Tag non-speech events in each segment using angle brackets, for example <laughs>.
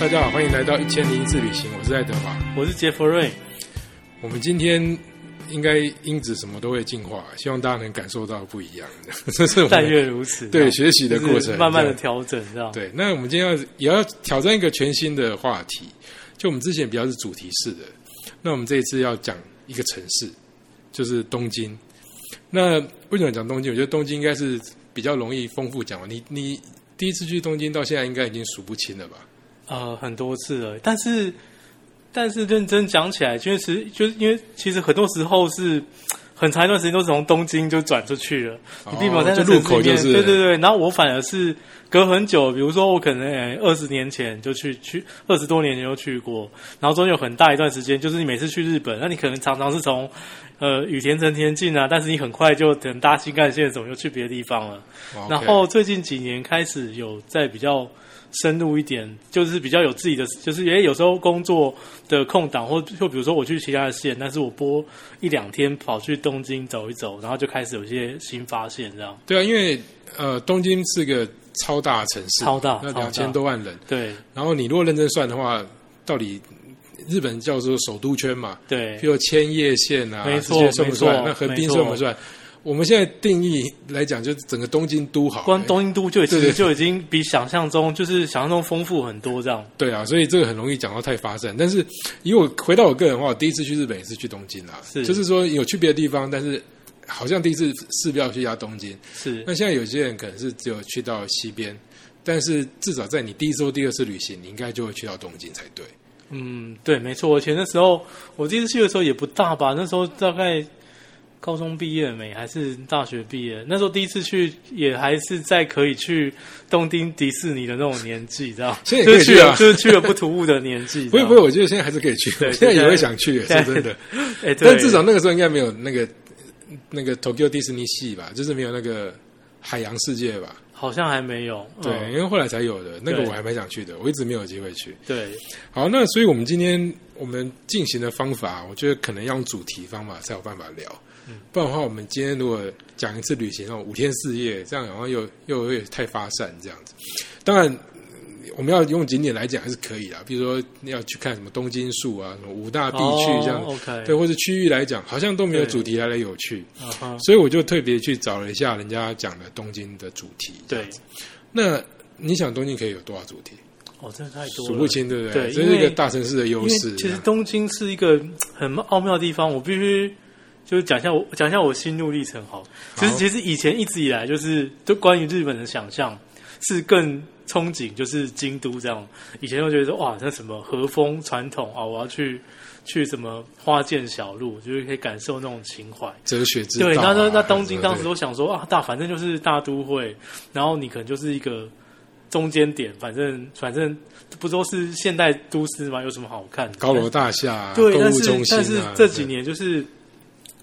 大家好，欢迎来到一千零一次旅行，我是爱德华。我是杰弗 <laughs> 瑞。我们今天应该音质什么都会进化，希望大家能感受到不一样。 <laughs> 这是我但们愿如此，对学习的过就程，是慢慢的对调整，这样。对，那我们今天要也要挑战一个全新的话题，就我们之前比较是主题式的，那我们这一次要讲一个城市，就是东京。那为什么讲东京？我觉得东京应该是比较容易丰富讲完。你你第一次去东京到现在应该已经数不清了吧？呃，很多次了，但是但是认真讲起来，确实就是因为其实很多时候是很长一段时间都是从东京就转出去了，你并没有在那哦就路城市里口就面是对对对。然后我反而是隔很久，比如说我可能欸二十年前就去去，二十多年前就去过，然后中间有很大一段时间，就是你每次去日本，那你可能常常是从呃羽田、成田进啊，但是你很快就等搭新干线什么就去别的地方了。哇哦然 OK 后最近几年开始有在比较深入一点，就是比较有自己的，就是也有时候工作的空档，或就比如说我去其他的县，但是我播一两天跑去东京走一走，然后就开始有一些新发现，这样对啊，因为呃，东京是个超大的城市，超大那超大两千多万人。对然后你如果认真算的话，到底日本叫做首都圈嘛，对譬如千叶县啊，没错这些算不没算？错那横滨算不算？我们现在定义来讲，就是整个东京都好了，哎光东京都就已对对经就已经比想象中就是想象中丰富很多，这样对啊，所以这个很容易讲到太发散。但是以我回到我个人的话，我第一次去日本也是去东京啦，是就是说有去别的地方，但是好像第一次是不要去一下东京。是那现在有些人可能是只有去到西边，但是至少在你第一次或第二次旅行，你应该就会去到东京才对。嗯对没错，而且那时候我第一次去的时候也不大吧，那时候大概。高中毕业没？还是大学毕业？那时候第一次去，也还是在可以去东京迪士尼的那种年纪，这样。现在也可就以是去去啊了，就是去了不突兀的年纪。不会这样不会，，我觉得现在还是可以去，对我现在也会想去，现说在真 <laughs> 的。哎、对但至少那个时候应该没有那个那个 Tokyo 迪士尼系吧，就是没有那个海洋世界吧？好像还没有。对，嗯因为后来才有的，那个对我还蛮想去的，我一直没有机会去。对，好，那所以我们今天我们进行的方法，我觉得可能要用主题方法才有办法聊，嗯不然的话，我们今天如果讲一次旅行哦，五天四夜，这样好像又又有点太发散这样子。当然，嗯我们要用景点来讲还是可以啦，比如说要去看什么东京树啊，什么五大必去这样，哦、OK，对，或者区域来讲，好像都没有对主题来的有趣，嗯哼，所以我就特别去找了一下人家讲的东京的主题。对，那你想东京可以有多少主题？哦，真的太多了，数不清，对不对这因是为一个大城市的因优为势。啊其实东京是一个很奥妙的地方，我必须就是讲一下我讲一下我心路历程好了。其实好其实以前一直以来就是对关于日本的想象是更憧憬，就是京都这样。以前都觉得说哇，那什么和风传统啊，我要去去什么花见小路，就是可以感受那种情怀。哲学之道啊、对，那那那东京对当时都想说啊，大反正就是大都会，然后你可能就是一个中间点，反正反正不都是现代都市嘛，有什么好看的？高楼大厦、啊、对，购但物是中心、啊但是这几对年就是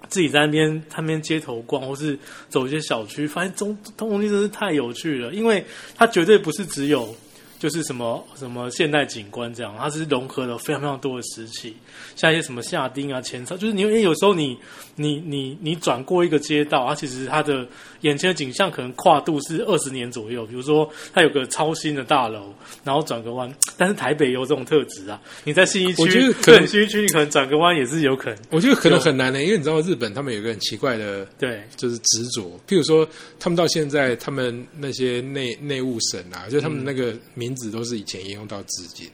自己在那边他边街头逛，或是走一些小区，发现中东京真是太有趣了，因为它绝对不是只有。就是什么什么现代景观这样，它是融合了非常非常多的时期，像一些什么夏町啊、前朝，就是你因为有时候你你你你转过一个街道，它其实它的眼前的景象可能跨度是二十年左右，比如说它有个超新的大楼，然后转个弯，但是台北也有这种特质啊，你在信义区，我觉得可能对信义区你可能转个弯也是有可能，我觉得可能很难呢、因为你知道日本他们有一个很奇怪的。对就是执着，譬如说，他们到现在，他们那些内内务省啊，就是他嗯们那个名字都是以前沿用到至今，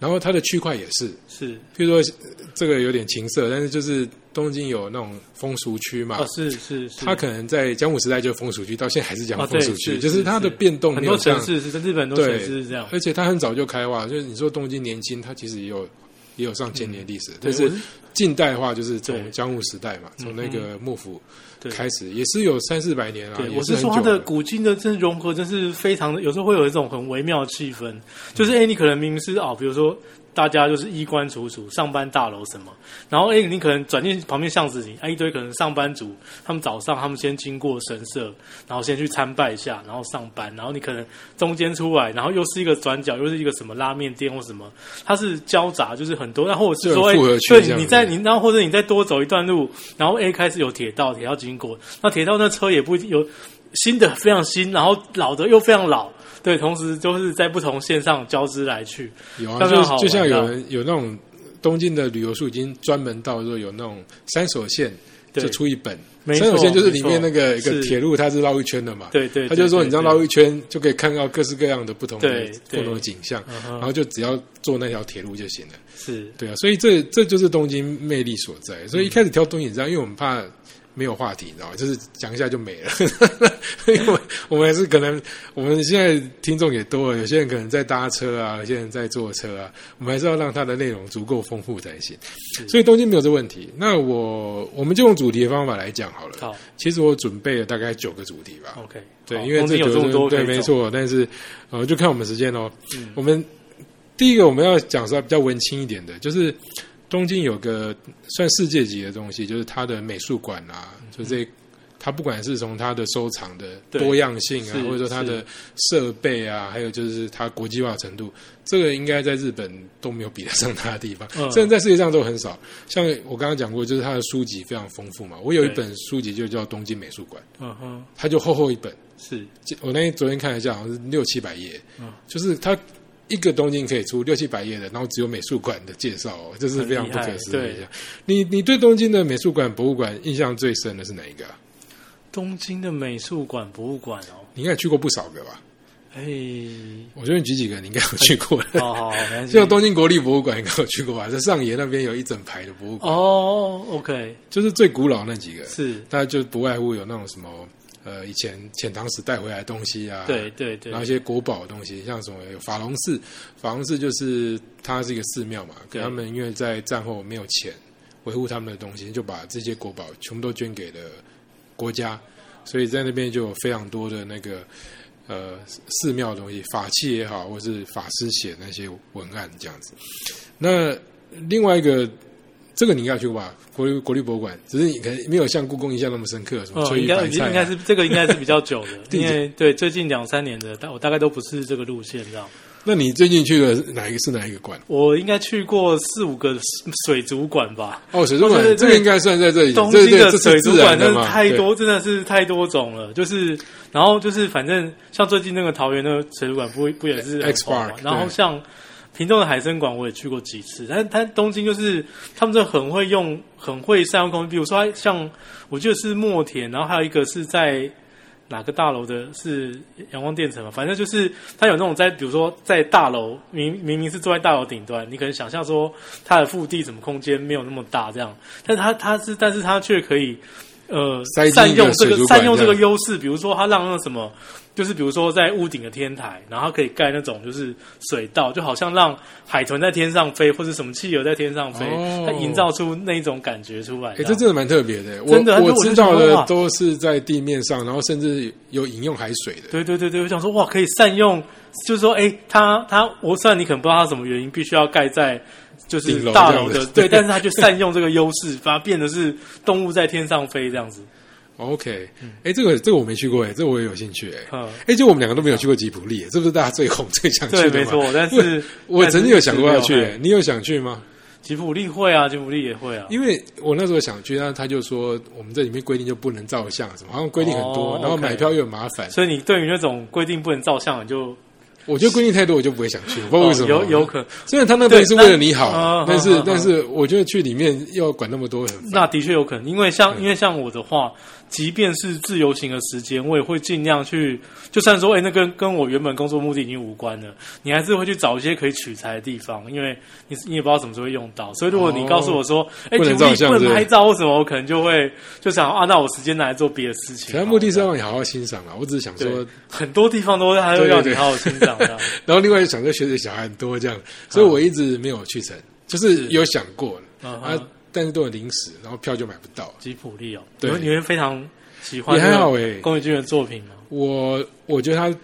然后它的区块也是，是譬如说呃这个有点情色，但是就是东京有那种风俗区嘛，哦是是是，啊它可能在江户时代就是风俗区，到现在还是讲哦风对俗区，是就是它的变动很没有多这样城市是在日本很多对城市是这样，而且它很早就开化，就是你说东京年轻，它其实也有也有上千年历史，但对是我近代化就是从对嗯江户时代嘛，从那个幕府对开始，也是有三四百年啊，对，也我是很久说它的了古今的真融合，真是非常的，有时候会有一种很微妙的气氛。就是哎、诶你可能明明是哦，比如说大家就是衣冠楚楚，上班大楼什么，然后哎、诶你可能转进旁边巷子里，哎、一堆可能上班族，他们早上他们先经过神社，然后先去参拜一下，然后上班，然后你可能中间出来，然后又是一个转角，又是一个什么拉面店或什么，它是交杂，就是很多，然后我是说，就哎、有复合区这对，样你子在你，然后或者你再多走一段路，然后 A 开始有铁道，铁道经过，那铁道那车也不一定有，新的非常新，然后老的又非常老，对，同时都是在不同线上交织来去。有啊，刚刚好就就像玩有的人有那种东京的旅游书已经专门到说有那种三手线对就出一本，没三手错线就是没里错面那个一是个铁路，它是绕一圈的嘛。对对，他就说你这样对绕一圈就可以看到各式各样的不同的对对不同的景象，嗯哼然后就只要坐那条铁路就行了。是对啊，所以这这就是东京魅力所在。所以一开始挑东京这样，因为我们怕没有话题，你知道吗？就是讲一下就没了。 <laughs> 因为我们我们还是可能，我们现在听众也多了，有些人可能在搭车啊，有些人在坐车啊，我们还是要让它的内容足够丰富才行。所以东京没有这问题。那我我们就用主题的方法来讲好了。好其实我准备了大概九个主题吧。 ，OK，对，好因为中这间哦有九这么个多可对，以没走，嗯错。但是呃，就看我们时间喽。我们第一个我们要讲说比较文青一点的，就是东京有个算世界级的东西，就是它的美术馆啊，就这。它不管是从它的收藏的嗯对多样性啊是，或者说它的设备啊，还有就是它国际化程度，这个应该在日本都没有比得上它的地方， <laughs> 嗯甚至在世界上都很少。像我刚刚讲过，就是它的书籍非常丰富嘛。我有一对本书籍就叫《东京美术馆》，嗯哼，它就厚厚一本，是我那天昨天看了一下，好像是六七百页，嗯就是它一个东京可以出六七百页的，然后只有美术馆的介绍、哦，这是非常不可思很议厉害的。你你对东京的美术馆、博物馆印象最深的是哪一个啊、东京的美术馆、博物馆哦，你应该也去过不少个吧？哎，我这边举几个，你应该有去过的。好好，好没关系像东京国立博物馆应该有去过吧？在上野那边有一整排的博物馆，哦，OK，就是最古老那几个，是，大家就不外乎有那种什么呃以前遣唐使带回来的东西啊，对对对然后一些国宝的东西，像什么有法隆寺，法隆寺就是它是一个寺庙嘛，可对他们因为在战后没有钱维护他们的东西，就把这些国宝全部都捐给了国家，所以在那边就有非常多的那个呃寺庙的东西，法器也好，或是法师写那些文案这样子。那另外一个。这个你应该有去过吧？国立国立博物馆，只是你可能没有像故宫印象那么深刻，什么嗯，翠应玉该白菜、啊应该是这个应该是比较久的，地因址为对最近两三年的，但我大概都不是这个路线这样。那你最近去了哪一个是哪一个馆？我应该去过四五个水水族馆吧，哦，水族哦对对馆这个应该算在这里，东这京的这水是族自馆然真的的嘛？太对多，真的是太多种了。就是，然后就是，反正像最近那个桃园的水族馆不不也是很 X 红嘛 Park，然后对像屏东的海参馆我也去过几次，但是它东京就是他们这很会用，很会善用空间。比如说它像我记得是墨田，然后还有一个是在。哪个大楼的是阳光电城嘛？反正就是它有那种在，比如说在大楼，明明明是坐在大楼顶端，你可能想象说它的腹地什么空间没有那么大这样，但它它是，但是它却可以呃塞进善用一个这个水族馆善用这这个样优势，比如说它让那什么。就是比如说在屋顶的天台，然后它可以盖那种就是水道，就好像让海豚在天上飞，或者什么企鹅在天上飞，哦它营造出那一种感觉出来。哎、这真的蛮特别的。我真的我但是我就知觉道得哇的都是在地面上，然后甚至有饮用海水的。对对对对，我想说哇，可以善用，就是说，哎，他他，我虽然你可能不知道他什么原因，必须要盖在就是顶楼大这样楼子的，对，但是他就善用这个优势，把它变得是动物在天上飞这样 <laughs> 子。 OK，哎、这个这个我没去过哎、这个我也有兴趣哎、嗯哎、就我们两个都没有去过吉卜力、哎这不是大家最红 <laughs> 最想去对，的没吗错，但我是我曾经有想过要去、但是哎你有想去吗？吉普力会啊，吉普力也会啊，因为我那时候想去，但他就说我们这里面规定就不能照相，什么好像规定很多，哦然后 OK 买票又很麻烦。所以你对于那种规定不能照相，你就我觉得规定太多，我就不会想去，我不知道为什么。哦有有可能，虽然他那边是为了你好啊，对但但是嗯但是我觉得去里面要管那么多很烦。那的确有可能，因为像因为像我的话，即便是自由行的时间，我也会尽量去，就算说哎、那跟跟我原本工作目的已经无关了，你还是会去找一些可以取材的地方，因为你你也不知道什么时候会用到，所以如果你告诉我说，哎、哦不能请问照相不能对拍照或什么，我可能就会就想啊，那我时间拿来做别的事情。可能目的是要让你好好欣赏啊，我只是想对说，很多地方都还会对对让你对好好欣 <laughs> 赏的。然后另外想说学姐小孩很多这样，所以我一直没有去成，就是有想过嗯啊哼，但是都很临时，然后票就买不到。吉普力哦，你对们你们非常喜欢也还好这个哎宫崎骏的作品吗？我我觉得他，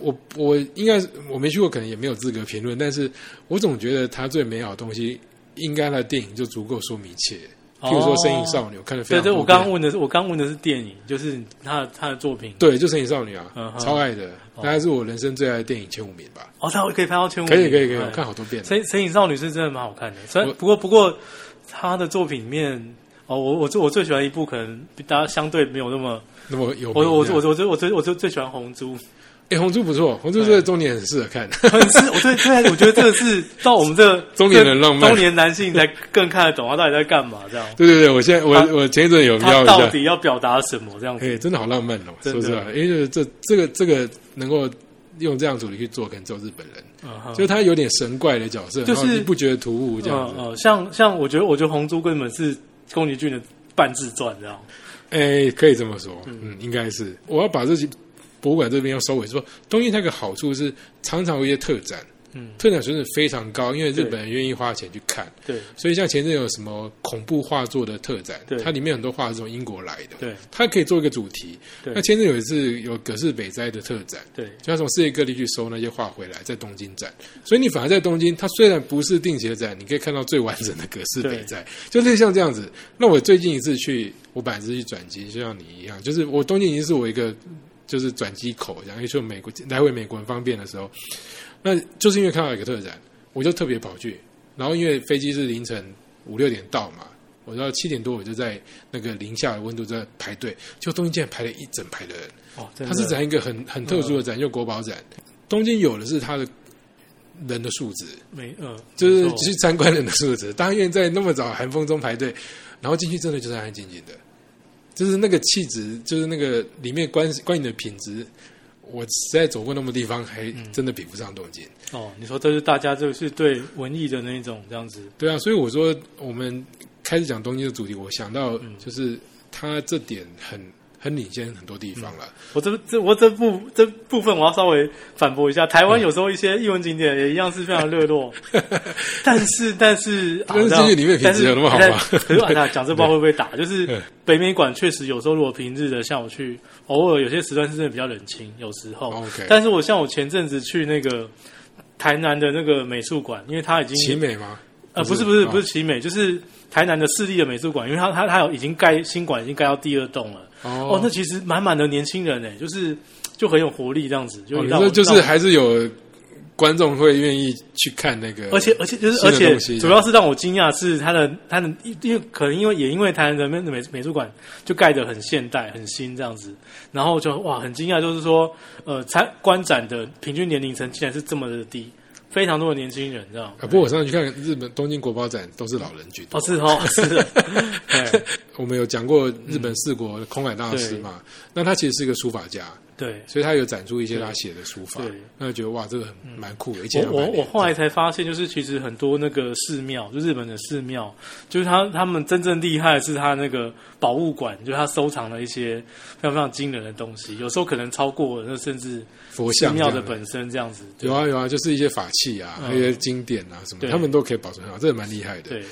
我我应该是我没去过，可能也没有资格评论，但是我总觉得他最美好的东西，应该他的电影就足够说明一切。譬如说《身影少哦女》，我看的非对常对，多我刚遍刚问的是，我刚问的是电影，就是他的他的作品。对，就《神隐少女》啊，嗯哼超爱的，大概是我人生最爱的电影前五名吧。哦，他可以拍到前五可名，以，可以，可以，哎我看好多遍了。神神隐少女》是真的蛮好看的，虽然我不过不过他的作品里面，哦，我我最我最喜欢一部可能大家相对没有那么，那么有名我我我这样我我最我最我最最喜欢红猪， <laughs> 哎，红猪不错，红猪这个中年很适合看， <laughs> 很是，我对对，我觉得这个是到我们这中年人浪漫这 <laughs> 中年男性才更看得懂他到底在干嘛 <laughs> 这样，对对对，我现在我他我前一阵有瞄他一到下，底要表达什么这样哎、子。真的好浪漫哦！真说的实话，因为这这个这个能够用这样主题去做，可能只有日本人，嗯哼就他有点神怪的角色，就是然后你不觉得突兀这样子。嗯嗯，像像我觉得，我觉得红猪根本是宫崎骏的半自传这样。哎、可以这么说，嗯，应该是。我要把这些博物馆这边要收尾说，东京它有个好处是常常有一些特展，嗯，特展水准非常高，因为日对本人愿意花钱去看。对所以像前阵有什么恐怖画作的特展对，它里面很多画是从英国来的，对它可以做一个主题。对那前阵有一次有葛饰北斋的特展，对就他从世界各地去收那些画回来，在东京展。所以你反而在东京，它虽然不是定期的展，你可以看到最完整的葛饰北斋，就类似像这样子。那我最近一次去，我本来是去转机，就像你一样，就是我东京已经是我一个就是转机口，然后去美国来回美国很方便的时候，那就是因为看到一个特展，我就特别跑去，然后因为飞机是凌晨五六点到嘛。我到七点多，我就在那个零下的温度在排队，就东京竟然排了一整排的人，哦，真它的是展一个很很特殊的展，就国宝展。东京有的是它的人的素质，没嗯，就是没错去参观人的素质。大愿在那么早寒风中排队，然后进去真的就是安安静静的，就是那个气质，就是那个里面观观影的品质。我实在走过那么多地方，还嗯真的比不上东京。哦，你说这是大家就是对文艺的那种这样子，对啊，所以我说我们开始讲东京的主题，我想到嗯就是它这点很很领先很多地方了。我这这我这部这部分我要稍微反驳一下，台嗯湾有时候一些艺文景点也一样是非常 <laughs> 热络，但是但是啊但是这样这些里面品质但是有那么好吗但可是啊，那讲这话会不 <laughs> 会打？就是对北美馆确实有时候如果平日的，像我去偶尔有些时段是真的比较冷清，有时候。哦 OK 但是我像我前阵子去那个台南的那个美术馆，因为它已经奇美吗？呃，不是不是哦不是奇美，就是台南的市立的美术馆，因为它它它有已经盖新馆，已经盖到第二栋了。哦哦，那其实满满的年轻人哎，就是就很有活力这样子，就哦，你让说我就是让我还是有观众会愿意去看那个，而且而且就是新而的且东西主要是让我惊讶的是它的它的因为可能因为也因为台南的美美美术馆就盖得很现代很新这样子，然后就哇很惊讶，就是说呃参观展的平均年龄层竟然是这么的低，非常多的年轻人这样。啊，不过我上次去看日本东京国宝展都是老人居多。哦是哦是 <laughs> 的，哎对我们有讲过日嗯本四国的空海大师嘛，那他其实是一个书法家，对。所以他有展出一些他写的书法对，嗯那就觉得哇，这个很蛮酷的，而且我我我后来才发现，就是其实很多那个寺庙，就日本的寺庙，就是他他们真正厉害的是他那个宝物馆，就是他收藏了一些非常非常惊人的东西，有时候可能超过那甚至佛寺像这庙样的本身这样子。对有啊有啊，就是一些法器啊，嗯还有一些经典啊什么，对他们都可以保存好，这也蛮厉害的。对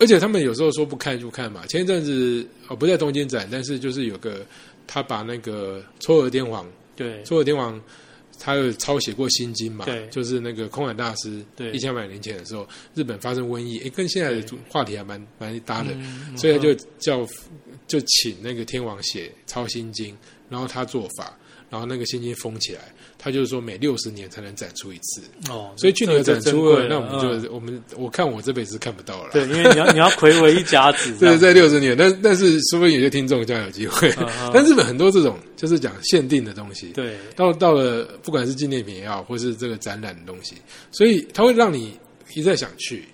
而且他们有时候说不看就看嘛。前一阵子哦，不在东京展，但是就是有个他把那个嵯峨天皇对所有天王他有抄写过《心经》嘛？对就是那个空海大师，对一千百年前的时候，日本发生瘟疫，诶，跟现在的主话题还蛮蛮搭的，嗯所以他就叫就请那个天王写抄《心经》，然后他做法，然后那个《心经》封起来，他就是说每六十年才能展出一次，哦，所以去年有这展个出这了，个珍贵那我们嗯就、我们我看我这辈子看不到了啦。对，因为你要你要魁违一甲子这 <laughs> 对，样，在六十年，但但是说不定有些听众将来有机会。嗯嗯但日本很多这种就是讲限定的东西，对到到了不管是纪念品也好，或是这个展览的东西，所以它会让你一再想去。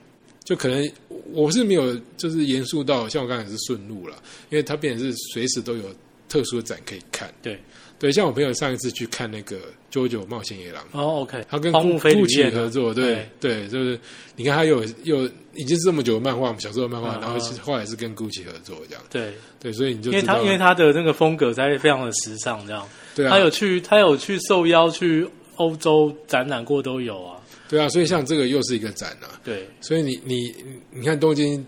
就可能我是没有，就是严肃到像我刚才是顺路了，因为它变成是随时都有特殊的展可以看。对，对，像我朋友上一次去看那个《九九冒险野狼》，哦 OK，他跟荒木飞顾吕奇彦啊合作，对对，就是你看他有有已经是这么久的漫画，我们小时候的漫画，嗯然后是嗯后来是跟 Gucci 合作这样，对，对，所以你就因为知道他因为他的那个风格才非常的时尚这样。对他啊有去，他有去受邀去欧洲展览过，都有啊。对啊，所以像这个又是一个展啊，对，所以你你你看东京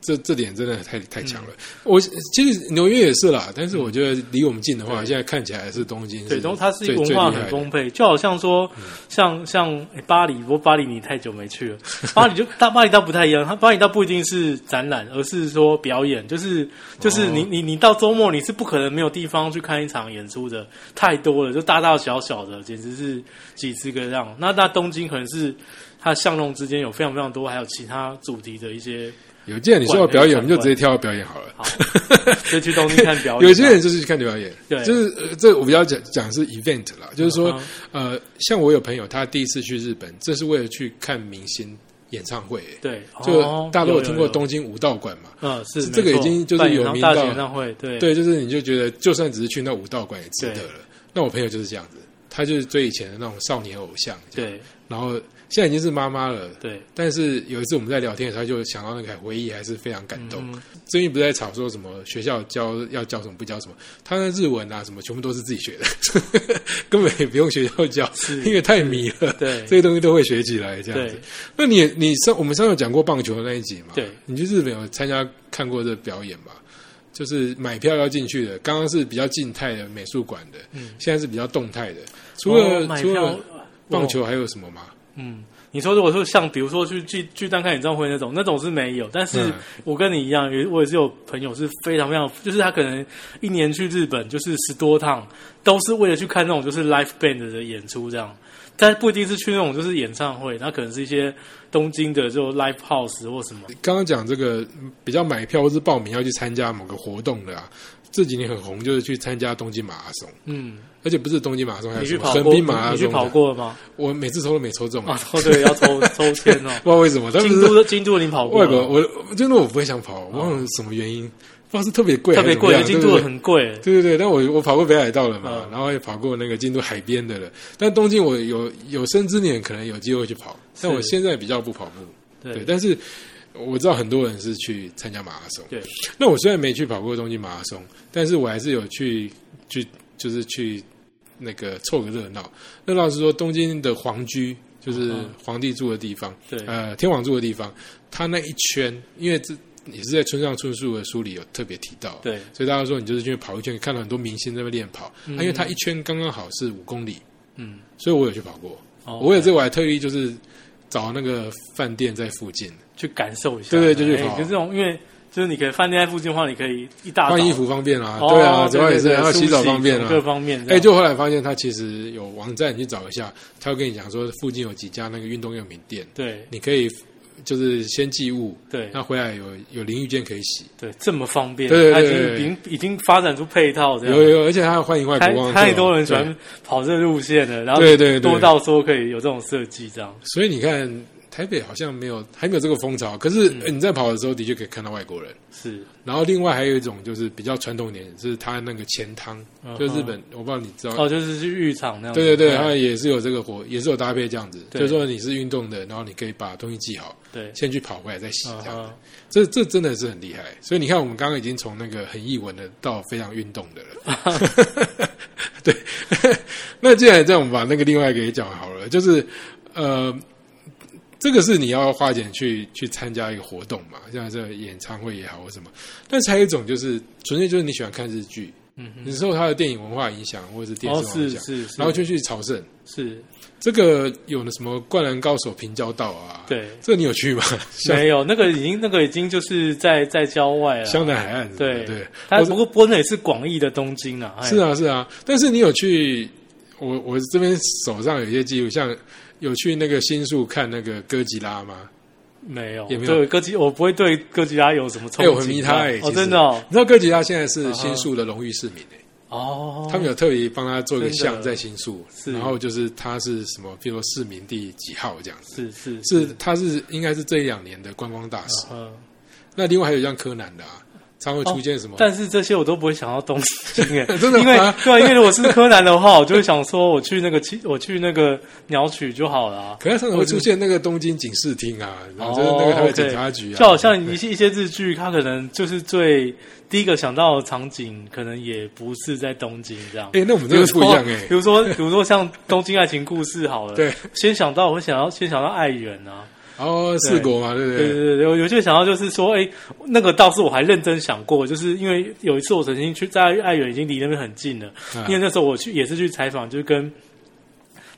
这这点真的太太强嗯了。我其实纽约也是啦，但是我觉得离我们近的话，对现在看起来是东京嗯对，最，然后它是一个最文最厉化嗯很害的丰沛，就好像说，像像、诶巴黎，不过巴黎你太久没去了，巴黎就 <laughs> 大巴黎倒不太一样，它巴黎倒不一定是展览，而是说表演，就是就是哦你、你你到周末你是不可能没有地方去看一场演出的，太多了，就大大小小的，简直是几十个这样。那那东京可能是它巷弄之间有非常非常多，还有其他主题的一些。有些人你说要表演，我们就直接接跳到表演好了。好， <laughs> 就去东京看表演。啊有些人就是去看表演，对就是、呃这我比较讲讲是 event 啦，就是说嗯，呃，像我有朋友，他第一次去日本，这是为了去看明星演唱会、欸对，哦就大家都陆有听过，东京武道馆嘛，嗯，是这个没错已经就是办演有唱名大到型演唱会，对对，就是你就觉得，就算只是去那武道馆也值得了。那我朋友就是这样子，他就是追以前的那种少年偶像，对然后现在已经是妈妈了。对，但是有一次我们在聊天的时候，他就想到那个回忆，还是非常感动。嗯最近不是在吵说什么学校教要教什么不教什么，他那日文啊什么全部都是自己学的， <laughs> 根本也不用学校教，因为太迷了，对这些东西都会学起来这样子对。那你你上我们上次有讲过棒球的那一集嘛？对，你去日本有参加看过这表演吗？就是买票要进去的，刚刚是比较静态的美术馆的，现在是比较动态的。除了、嗯哦买除票哦了棒球还有什么吗？嗯，你说如果说像比如说去巨巨蛋看演唱会那种，那种是没有。但是嗯我跟你一样，也我也是有朋友是非常非常，就是他可能一年去日本就是十多趟，都是为了去看那种就是 l i f e band 的演出这样。但不一定是去那种就是演唱会，他可能是一些东京的就 live house 或什么。刚刚讲这个嗯比较买票或是报名要去参加某个活动的啊，这几年很红，就是去参加东京马拉松，嗯，而且不是东京马拉松，还有你什去么跑横过？滨马拉你去松跑的。过了吗？我每次抽都没抽中、啊啊，，哦，对，<laughs> 要抽抽签哦。不知道为什么，但是京都哦的京都你跑过外了？国我我就那我不会想跑，我忘了什么原因，不知道是特别贵还特是别怎么贵，样，京对都不对的很嗯贵。对对对，但我我跑过北海道了嘛，嗯然后也跑过那个京都海边的了。但东京我有有生之年可能有机会去跑，但我现在比较不跑步。对对，但是我知道很多人是去参加马拉松。对，那我虽然没去跑过东京马拉松，但是我还是有去去就是去那个凑个热闹。热闹是说东京的皇居，就是嗯皇帝住的地方，对呃，天皇住的地方，它那一圈，因为这也是在村上春树的书里有特别提到。对所以大家说你就是去跑一圈，看到很多明星在那边练跑，啊因为它一圈刚刚好是五公里，嗯，所以我有去跑过。哦我有这，我还特意就是找那个饭店在附近，去感受一下。对对就是哎跑就这种，因为就是你可以饭店在附近的话，你可以一大早换衣，服方便啊，哦对啊，主要也是，对然后洗澡方便舒啊适，各方面这哎、样。就后来发现他其实有网站，你去找一下，他会跟你讲说附近有几家那个运动用品店，对你可以就是先寄物，对那回来有有淋浴间可以洗，对，这么方便，对对它已对经对已经已经发展出配套这有有样。有，而且他欢迎外啊太国观光客，太多人喜对欢跑这路线了，然后对对对多到说可以有这种设计这样。所以你看台北好像没有还没有这个风潮，可嗯是呃你在跑的时候的确可以看到外国人。是，然后另外还有一种就是比较传统一点，是他那个钱汤，嗯哼就日本，我不知道你知道。哦，就是去浴场那样子。对对对，哎它也是有这个活，也是有搭配这样子，就对是说你是运动的，然后你可以把东西记好，对，先去跑回来再洗嗯这样子哼。这这真的是很厉害。所以你看，我们刚刚已经从那个很译文的到非常运动的 <laughs> 了。对， <laughs> 那既然这样，我们把那个另外一个也讲好了，就是呃，这个是你要花钱去去参加一个活动嘛，像这演唱会也好或什么。但是还有一种就是纯粹就是你喜欢看日剧，嗯哼，你受它的电影文化影响或者是电视哦文化是影响，是，是然后就去朝圣。是这个有了什么灌篮高手平交道啊？，对，这你有去 <laughs> 吗？香没有那个已经那个已经就是在在郊外了。香南海岸是不是对对，它我不过不过那也是广义的东京啊，哎是啊，是啊，但是你有去，我我这边手上有一些记录，像有去那个新宿看那个哥吉拉吗？没有，也没有对哥吉，我不会对哥吉拉有什么憧憬。哎我很迷他哎其哦，实真的哦，啊你知道哥吉拉现在是新宿的荣誉市民、欸哦，他们有特别帮他做一个真的像在新宿，是然后就是他是什么，比如说市民第几号这样子，是是是他是应该是这一两年的观光大使。嗯，那另外还有像柯南的啊，常会出现什么？哦但是这些我都不会想到东京哎， <laughs> 真的吗因为对啊，因为如果是柯南的话，我就会想说我去那个七，我去那个鸟取就好了啊。可是常常会出现那个东京警视厅啊，然后就是那个还有警察局啊，哦就好像一些一些日剧，它可能就是最第一个想到的场景，可能也不是在东京这样。哎、那我们比真如的不说，一样哎、比如说， <laughs> 比如说像《东京爱情故事》好了，对，先想到我会想要先想到爱媛啊，然后哦四国嘛，对不对对对对，我有些想到就是说，哎，那个倒是我还认真想过，就是因为有一次我曾经去在爱媛已经离那边很近了，啊因为那时候我去也是去采访，就是跟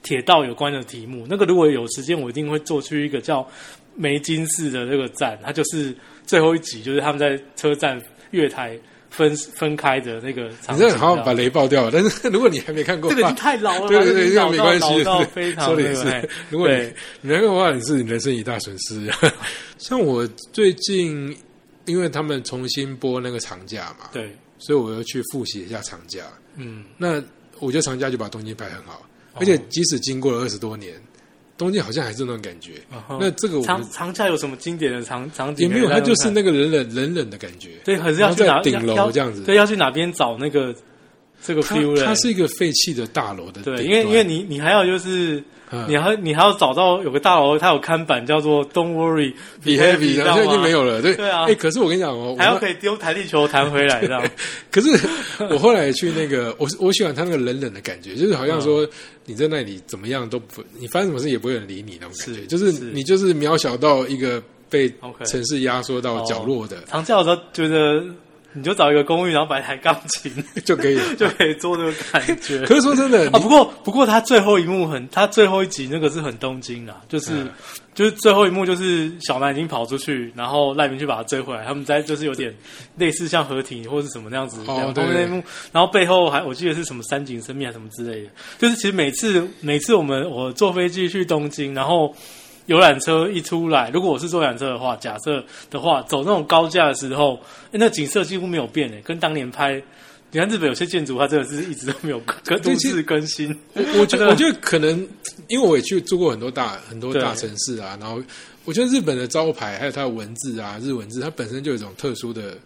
铁道有关的题目。那个如果有时间，我一定会做去一个叫梅津市的那个站，它就是最后一集，就是他们在车站月台分分开的那个场你景。这好像这样把雷爆掉了，但是如果你还没看过这的个已话，经太老了吧，对对对，这老样没关系到老到，对非常说的那也个哎是。如果你对 <laughs> 你那个话，你是你人生一大损失。像我最近因为他们重新播那个长假嘛，对，所以我又去复习一下长假。嗯，那我觉得长假就把东京拍很好，哦而且即使经过了二十多年，东京好像还是那种感觉。然后哦那这个我长们长假有什么经典的场场也景可没以有，让它大家看？就是那个冷冷冷冷的感觉。对，还是然要后去在哪顶楼要这样子对，要去哪边找那个这个它 feel 嘞它是一个废弃的大楼的顶端，对，因为因为你你还要就是嗯你还你还要找到有个大楼，它有看板叫做 “Don't worry, be be happy，这然样后吗已经没，有了，对对啊哎，可是我跟你讲哦，还要我可以丢弹力球弹回来 <laughs> 这样。可是我后来去那个，我我喜欢它那个冷冷的感觉，就是好像说嗯你在那里怎么样都不，你发生什么事也不会有人理你那种感觉，是就是是你就是渺小到一个被 OK 哦城市压缩到角落的长假的时候觉得你就找一个公寓，然后摆台钢琴 <laughs> 就可以了。就可以做这个感觉。可是说真的， <laughs> 啊，你不过不过他最后一幕很，他最后一集那个是很东京啦，就是、嗯就是最后一幕就是小南已经跑出去，然后赖明去把他追回来，他们在就是有点类似像合体或是什么那样子，哦两对方那一幕，然后背后还我记得是什么三井生命还是什么之类的，就是其实每次每次我们我坐飞机去东京，然后。游览车一出来，如果我是坐游览车的话，假设的话，走那种高架的时候，诶那景色几乎没有变诶、跟当年拍。你看日本有些建筑，它真的是一直都没有跟都对其实市更新。 <laughs> 我我觉真得的我觉得可能，因为我也去住过很多大很多对大城市啊，然后我觉得日本的招牌还有它的文字啊，日文字，它本身就有一种特殊的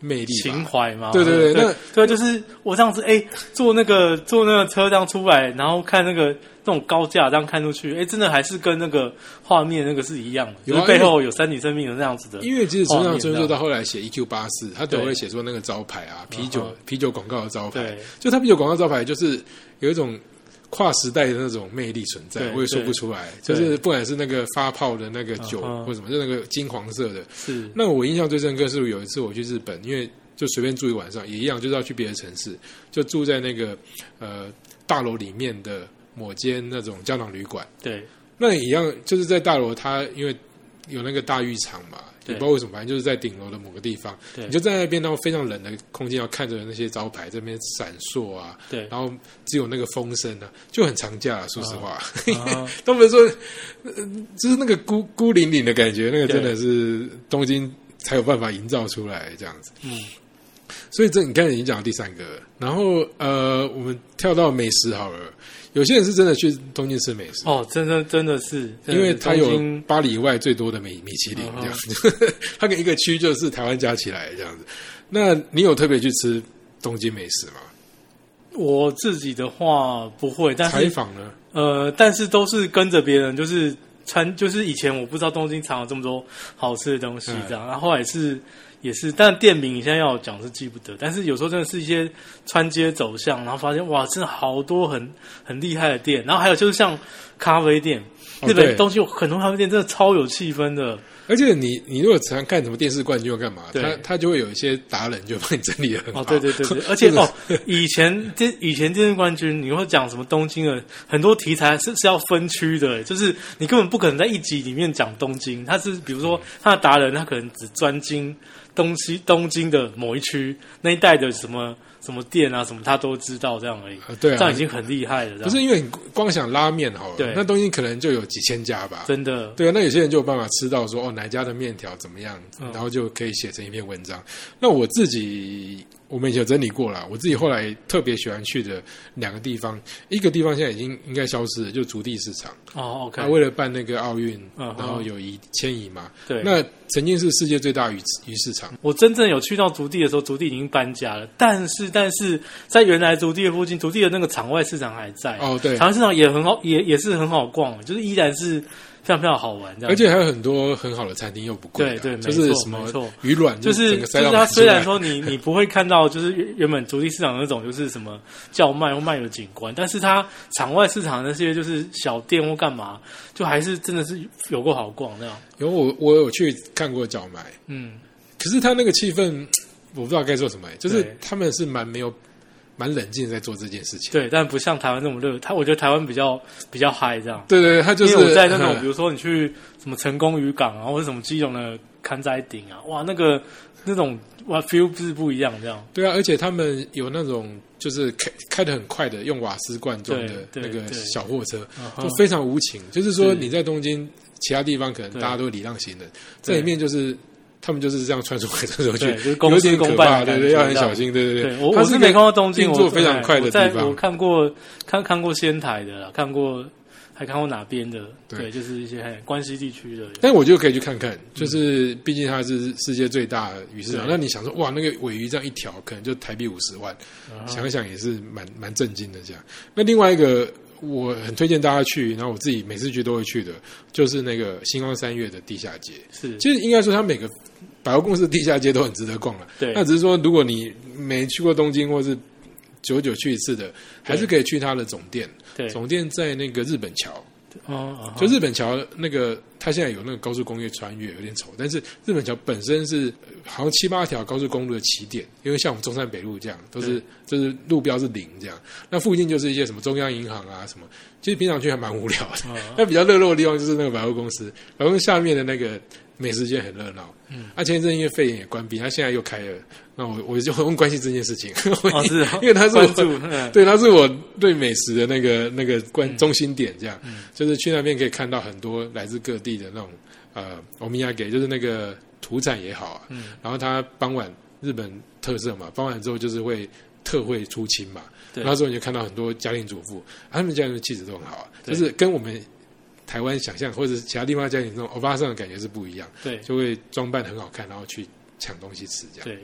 魅力吧。情怀嘛。对对对对那对，就是我上次哎、坐那个坐那个车这样出来，然后看那个那种高架这样看出去，哎、真的还是跟那个画面那个是一样的，有啊就是背后有山体生命的那样子的。因为即使村上春树画面到后来写 EQ 八四，他都对会写出那个招牌啊，啤嗯酒哼啤酒广告的招牌对，就他啤酒广告招牌就是有一种跨时代的那种魅力存在对，我也说对不出来，就对是不管是那个发泡的那个酒嗯哼或什么，就那个金黄色的。是那我印象最深刻是有一次我去日本，因为就随便住一晚上，也一样就是要去别的城市，就住在那个呃大楼里面的某间那种胶囊旅馆。对那一样就是在大楼，它因为有那个大浴场嘛，也对不知道为什么，反正就是在顶楼的某个地方，对你就在那边，然后非常冷的空间，要看着那些招牌这边闪烁啊，对，然后只有那个风声啊，就很常见啊，说实话， <laughs> 啊他们说、呃就是那个孤孤零零的感觉，那个真的是东京才有办法营造出来这样子。嗯，所以这你刚才已经讲到第三个了，然后呃，我们跳到美食好了，有些人是真的去东京吃美食。哦，真的真的是，因为它东有京啊巴黎以外最多的米米其林这样子， <laughs> 它跟一个区就是台湾加起来这样子。那你有特别去吃东京美食吗？我自己的话不会，但采是访呢？呃，但是都是跟着别人，就是穿，就是以前我不知道东京藏有这么多好吃的东西，嗯这样，然后后来是也是，但店名你现在要我讲是记不得，但是有时候真的是一些穿街走巷，然后发现哇，真的好多很很厉害的店，然后还有就是像咖啡店，哦日对本东西有很多咖啡店真的超有气氛的，而且你你如果常看什么电视冠军要干嘛，对他他就会有一些达人就帮你整理的很好。哦，对对 <laughs> 对对，而且就是哦，以前这以前电视冠军，你会讲什么东京的很多题材是是要分区的，欸就是你根本不可能在一集里面讲东京，他是比如说他的达人，他可能只专精东西东京的某一区那一带的什么什么店啊什么，他都知道这样而已，啊对啊这样已经很厉害了，这不样是因为你光想拉面好了对，那东京可能就有几千家吧。真的对啊，那有些人就有办法吃到说哦哪家的面条怎么样，嗯然后就可以写成一篇文章。那我自己我们以前有整理过啦，我自己后来特别喜欢去的两个地方，一个地方现在已经应该消失了，就竹地市场。哦他、 ，OK，为了办那个奥运，嗯哼然后有移迁移嘛。对那曾经是世界最大鱼鱼市场，我真正有去到竹地的时候，竹地已经搬家了，但是但是在原来竹地的附近，竹地的那个场外市场还在。哦对场外市场也很好，也也是很好逛，就是依然是非常非常好玩这样。而且还有很多很好的餐厅又不贵啊，对对就没是错什没错么鱼卵，就是整个就塞是到它满虽然出来说你你不会看到就是原原本竹地市场那种就是什么叫卖或卖的景观，但是它场外市场那些就是小店或干嘛，就还是真的是有够好逛那样。因为我我有去看过叫卖，嗯，可是他那个气氛，我不知道该做什么、欸，就是对他们是蛮没有蛮冷静地在做这件事情。对，但不像台湾那么热，它我觉得台湾比较比较嗨这样。对对对，他就是因为我在那种，比嗯如说你去什么成功渔港啊，或者什么基隆的看仔顶啊，哇，那个那种哇 feel 是不一样，这样对啊，而且他们有那种就是开开的很快的，用瓦斯罐装的那对对个对小货车，嗯哼就非常无情。就是说是你在东京其他地方可能对大家都礼让行人，这对里面就是他们就是这样穿梭来 <laughs> 穿梭去对就是，公有私点可公办怕，的对感对，觉要很这样小心，对对对我它我是是一没个看过东京，运我作非常对快的我在地方我看过看看过仙台的啦，看过还看过哪边的，对对，就是一些嘿关西地区的。但我就可以去看看，就是毕竟它是世界最大的鱼市场。嗯对那你想说，哇，那个尾鱼这样一条，可能就台币五十万，啊想一想也是蛮蛮震惊的。这样，那另外一个我很推荐大家去，然后我自己每次去都会去的，就是那个星光三月的地下街。是其实应该说，它每个百货公司的地下街都很值得逛啊了。对那只是说，如果你没去过东京，或是久久去一次的，还是可以去它的总店。对，总店在那个日本桥，嗯，嗯就日本桥那个，它现在有那个高速公路穿越，有点丑，但是日本桥本身是呃好像七八条高速公路的起点，因为像我们中山北路这样，都是就是路标是零这样，那附近就是一些什么中央银行啊什么，其实平常去还蛮无聊的。那比较热络的地方就是那个百货公司，百货公司下面的那个美食街很热闹。嗯，啊，前一阵因为肺炎也关闭，它现在又开了，那我我就很关心这件事情， <laughs> 哦是哦因为它是我关注嗯对，它是我对美食的那个那个关中心点，这样、嗯就是去那边可以看到很多来自各地的那种呃欧米亚给，就是那个土产也好啊。嗯然后它傍晚日本特色嘛，傍晚之后就是会特惠出清嘛。对那时候你就看到很多家庭主妇，啊他们家人的气质都很好啊，就对是跟我们台湾想象或者是其他地方家庭那种欧巴桑的感觉是不一样，对就会装扮很好看，然后去抢东西吃这样。对，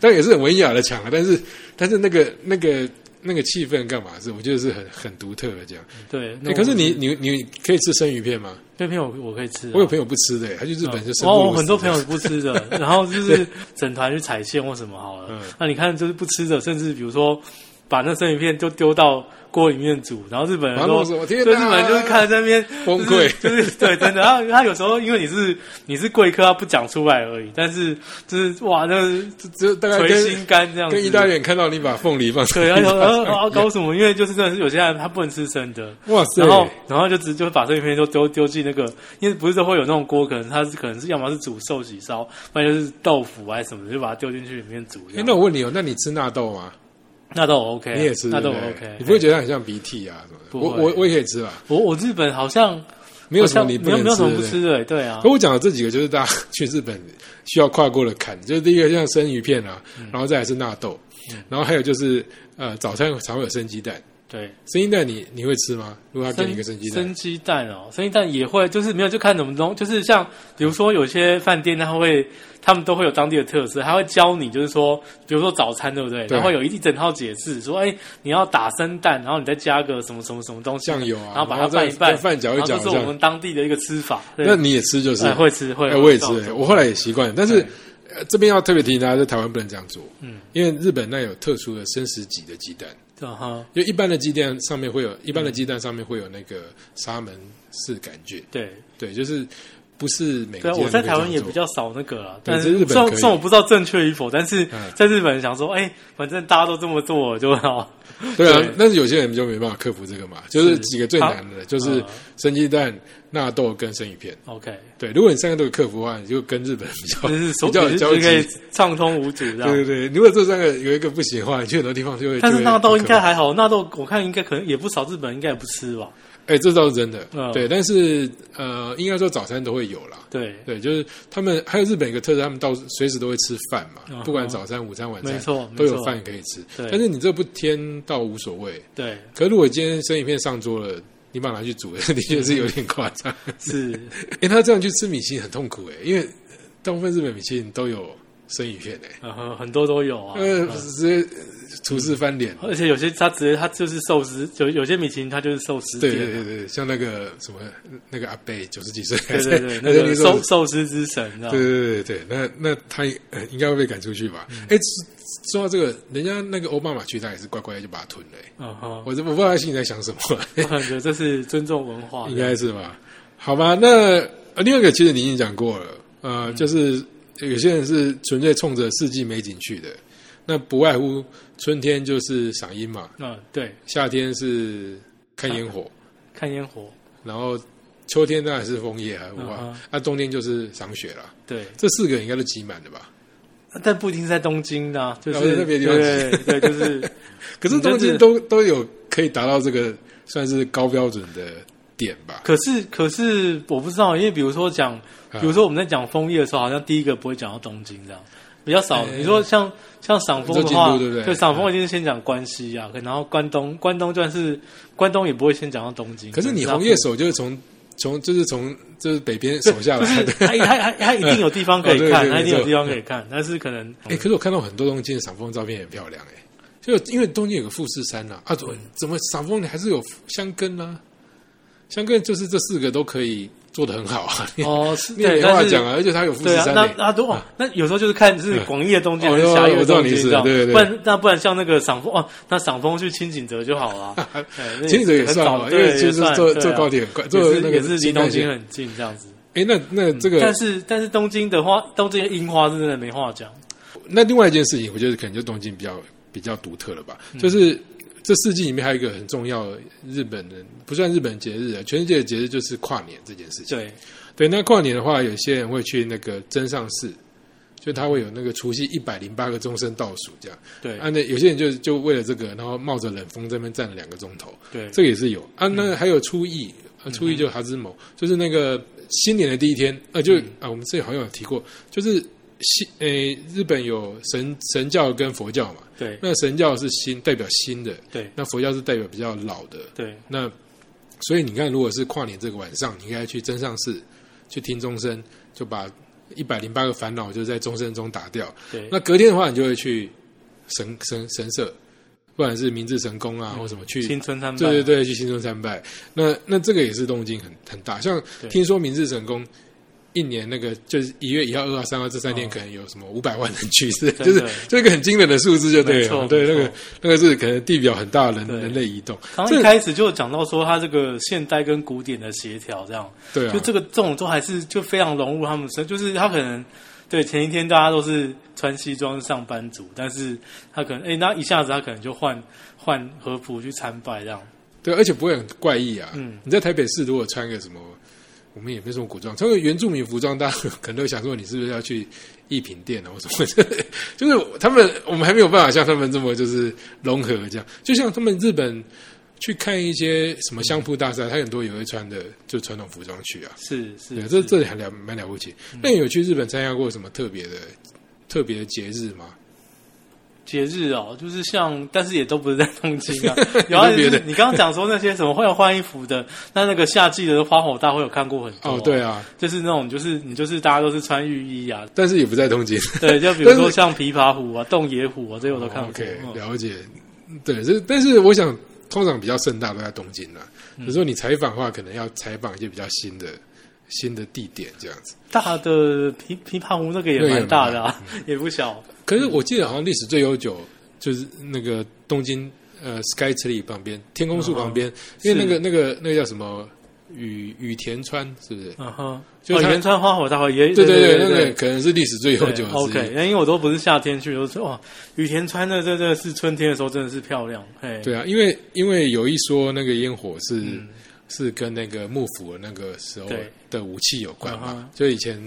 当然也是很文雅的抢啊，但是但是那个那个那个气氛干嘛是？我觉得是很很独特的这样。对， <laughs> 哎、那可是我你你你可以吃生鱼片吗？那片我我可以吃啊，我有朋友不吃的、他去日本就生哦，不我如死很多朋友不吃的，然后 <laughs> 就是整团去踩线或什么好了。嗯那你看，就是不吃的，甚至比如说把那生鱼片就丢到锅里面煮，然后日本人然后都我说我就天日哪本人就是看在那边 <laughs> 崩溃就是就是对，真的。然后他有时候因为你是你是贵客，他不讲出来而已，但是就是哇，那个就大概捶心啊跟肝这样子。跟意大利人看到你把凤梨 <laughs> 放对，在然意大后利然后然后搞什么？因为就是真的是有些人他不能吃生的，哇塞，然后然后就直就把生鱼片都丢丢进那个，因为不是都会有那种锅，可能它是可能是要么是煮寿喜烧，不然就是豆腐还是什么的，就把它丢进去里面煮这哎、样。那我问你哦，那你吃纳豆吗？那都 OK，啊你也吃？那都对对 OK。哎你不会觉得很像鼻涕啊什么的？不我会我我也可以吃啊，我我日本好像没有好什么像你没不有能哦没有什么不对对吃的欸，对啊哎可，我讲的这几个就是大家去日本需要跨过的坎， <laughs> 就是第一个像生鱼片啊，嗯然后再来是纳豆，然后还有就是呃早餐常会有生鸡蛋，对。生鸡蛋你你会吃吗？如果他给你一个生鸡蛋生，鸡蛋哦，生鸡蛋也会，就是没有就看怎么弄，就是像比如说有些饭店它会，他们都会有当地的特色，他会教你，就是说，比如说早餐对不对？对然后有一一整套解释，说哎，你要打生蛋，然后你再加个什么什么什么东西，酱油啊然后然把它后再拌一拌，再饭搅一搅然后这这是样我们当地的一个吃法。对那你也吃就是？哎会吃会，哎，我也吃懂，哎我后来也习惯了，但是对。呃这边要特别提醒大家，在台湾不能这样做，嗯，因为日本那有特殊的生食级的鸡蛋，嗯哼，因为一般的鸡蛋上面会有，一般的鸡蛋上面会有那个沙门氏杆菌，对对，就是不是每个对啊，鸡蛋我在都可以台湾哎这样也做比较少那个啦，对但在日是本虽然可以虽然我不知道正确与否，但是嗯在日本想说，哎，反正大家都这么做就好。对啊对，但是有些人就没办法克服这个嘛，就是是几个最难的，就是嗯生鸡蛋、纳豆跟生鱼片。 OK，对，如果你三个都有克服的话，你就跟日本人比较 <laughs> 就是手比较有指交就集。可以对畅通无阻这样。对对，如果这三个有一个不行的话，你去很多地方就会。 <laughs> 但就是会纳豆应该很可还好，纳豆我看应该可能也不少，日本人应该也不吃吧？怕， <laughs> 哎，这倒是真的。嗯对，但是呃，应该说早餐都会有啦。对，对，就是他们还有日本一个特色，他们到随时都会吃饭嘛，嗯不管早餐、午餐、晚餐，没错没都有错饭可以吃。对但是你这不添倒无所谓。对，可如果今天生鱼片上桌了，你把它拿去煮， <laughs> 的确是有点夸 <laughs> 张。是，哎、他这样去吃米其林很痛苦哎、因为呃大部分日本米其林都有生鱼片哎、呃，很多都有啊。呃，嗯直接呃厨师翻脸。而且有些它直接它就是寿司，有有些米其林它就是寿司对店对啊，对对，像那个什么那个阿贝九十几岁，对 <laughs> 对对，还那在个念寿书寿司之神，你知道对吗对对对，对那那他也呃应该会被赶出去吧？哎、说到这个，人家那个奥巴马去，他也是乖乖就把它吞了、哎嗯哼，我我不知道他心里在想什么，我感觉这是尊重文化应的。该是吧？好吧，那呃另外一个其实你已经讲过了，呃，就是有些人是纯粹冲着四季美景去的，那不外乎春天就是赏樱嘛，嗯，对，夏天是看烟火，看烟火，然后秋天当然是枫叶啊，哇，那、嗯哼冬天就是赏雪了。对，这四个应该都挤满了吧？但不一定是在东京的啊，就那我在是那边对地方对，对 <laughs> 就是可是东京都都有可以达到这个算是高标准的点吧。可是可是我不知道，因为比如说讲，比嗯如说我们在讲枫叶的时候，好像第一个不会讲到东京这样，比较少。哎你说像像赏枫的你说话，京都对嗯不对赏枫一定是先讲关西啊，可然后关东关东就算是关东也不会先讲到东京。可是你这样红叶手就是从从就是从就是北边手下来就是的。他他他他一定有地方可以 <laughs> 嗯哦对看，对他一定有没错地方可以看，但是可能哎、可是我看到很多东京的赏枫照片很漂亮哎、就因为东京有个富士山啦、啊，怎嗯么怎么赏枫你还是有香根啦、香根就是这四个都可以做得很好 <laughs> 啊，你哦，是你也对，没但话是讲啊，而且它有富士对啊，山、那欸那都哦，那有时候就是看是广义的东京还是哦狭义的我知道东你京，意思这样对对对不然那不然像那个赏枫哦，那赏枫去清景泽就好 <laughs> 了。哎那清水也很算啊早嘛，因对为其实也算坐对啊坐高铁很快，坐也是那也个是离新东干线京。很近这样子。哎、那那这个，但是但是东京的话，东京的樱花是真的没话讲。那另外一件事情，我觉得可能就东京比较比较独特了吧，嗯就是这四季里面还有一个很重要的日本人不算日本节日啊，全世界的节日就是跨年这件事情。对，对，那跨年的话，有些人会去那个真上寺，就他会有那个除夕一百零八个钟声倒数这样。对啊，那有些人就就为了这个，然后冒着冷风这边站了两个钟头，对，这个也是有啊。那还有初一，啊、初一就哈兹某，就是那个新年的第一天，呃，就、啊，我们之前好像有提过，就是新诶、日本有神神教跟佛教嘛，对那神教是新，代表新的，对那佛教是代表比较老的，对那所以你看，如果是跨年这个晚上，你应该去真上寺去听钟声，就把一百零八个烦恼就在钟声中打掉。对那隔天的话，你就会去神神神社，不管是明治神宫啊，或什么去青嗯春参拜，对对对，去新春参拜。那那这个也是东京很很大，像对听说明治神宫一年那个就是一月一号、二号、三号这三天，哦可能有什么五百万人去世，的就是就一个很惊人的数字，就对没错了。对，没那错个那个是可能地表很大的人对人类移动，刚刚这一开始就讲到说，它这个现代跟古典的协调，这样，对啊，就这个这种都还是就非常融入他们身，就是他可能对前一天大家都是穿西装上班族，但是他可能哎、那一下子他可能就换换和服去参拜这样，对，而且不会很怪异啊。嗯你在台北市如果穿个什么，我们也没什么古装，穿个原住民服装，大家 <laughs> 可能都会想说你是不是要去艺品店啊，或什么的？就是他们，我们还没有办法像他们这么就是融合这样。就像他们日本去看一些什么相扑大赛，他很多也会穿的就传统服装去啊。是是嗯对，，这这里还了蛮了不起。那你有去日本参加过什么特别的特别的节日吗？节日哦，就是像，但是也都不是在东京 <laughs> 啊。然后别的你刚刚讲说那些什么会有换衣服的，那那个夏季的花火大会有看过很多、哦，对，啊，就是那种就是你就是大家都是穿浴衣啊，但是也不在东京。对，就比如但说是哦像琵琶湖啊、洞爷湖啊，这些我都看过。 OK，嗯了解。对，这但是我想，通常比较盛大都在东京啦。嗯有时候你采访的话，可能要采访一些比较新的、新的地点这样子。大的琵琵琶湖那个也那个也蛮蛮大的、啊，也不小。可是我记得好像历史最悠久就是那个东京呃 Sky Tree 旁边天空树旁边，哦因为那个那个那个叫什么雨雨田川是不是？嗯哼，就哦，它原川花火大会也对对对，对那个可能是历史最悠久对的之一。 OK，因为我都不是夏天去，都是哇，雨田川的这真的是春天的时候真的是漂亮，嘿，对啊，因为因为有一说那个烟火是、是跟那个幕府的那个时候嗯对的武器有关嗯嘛哼，就以前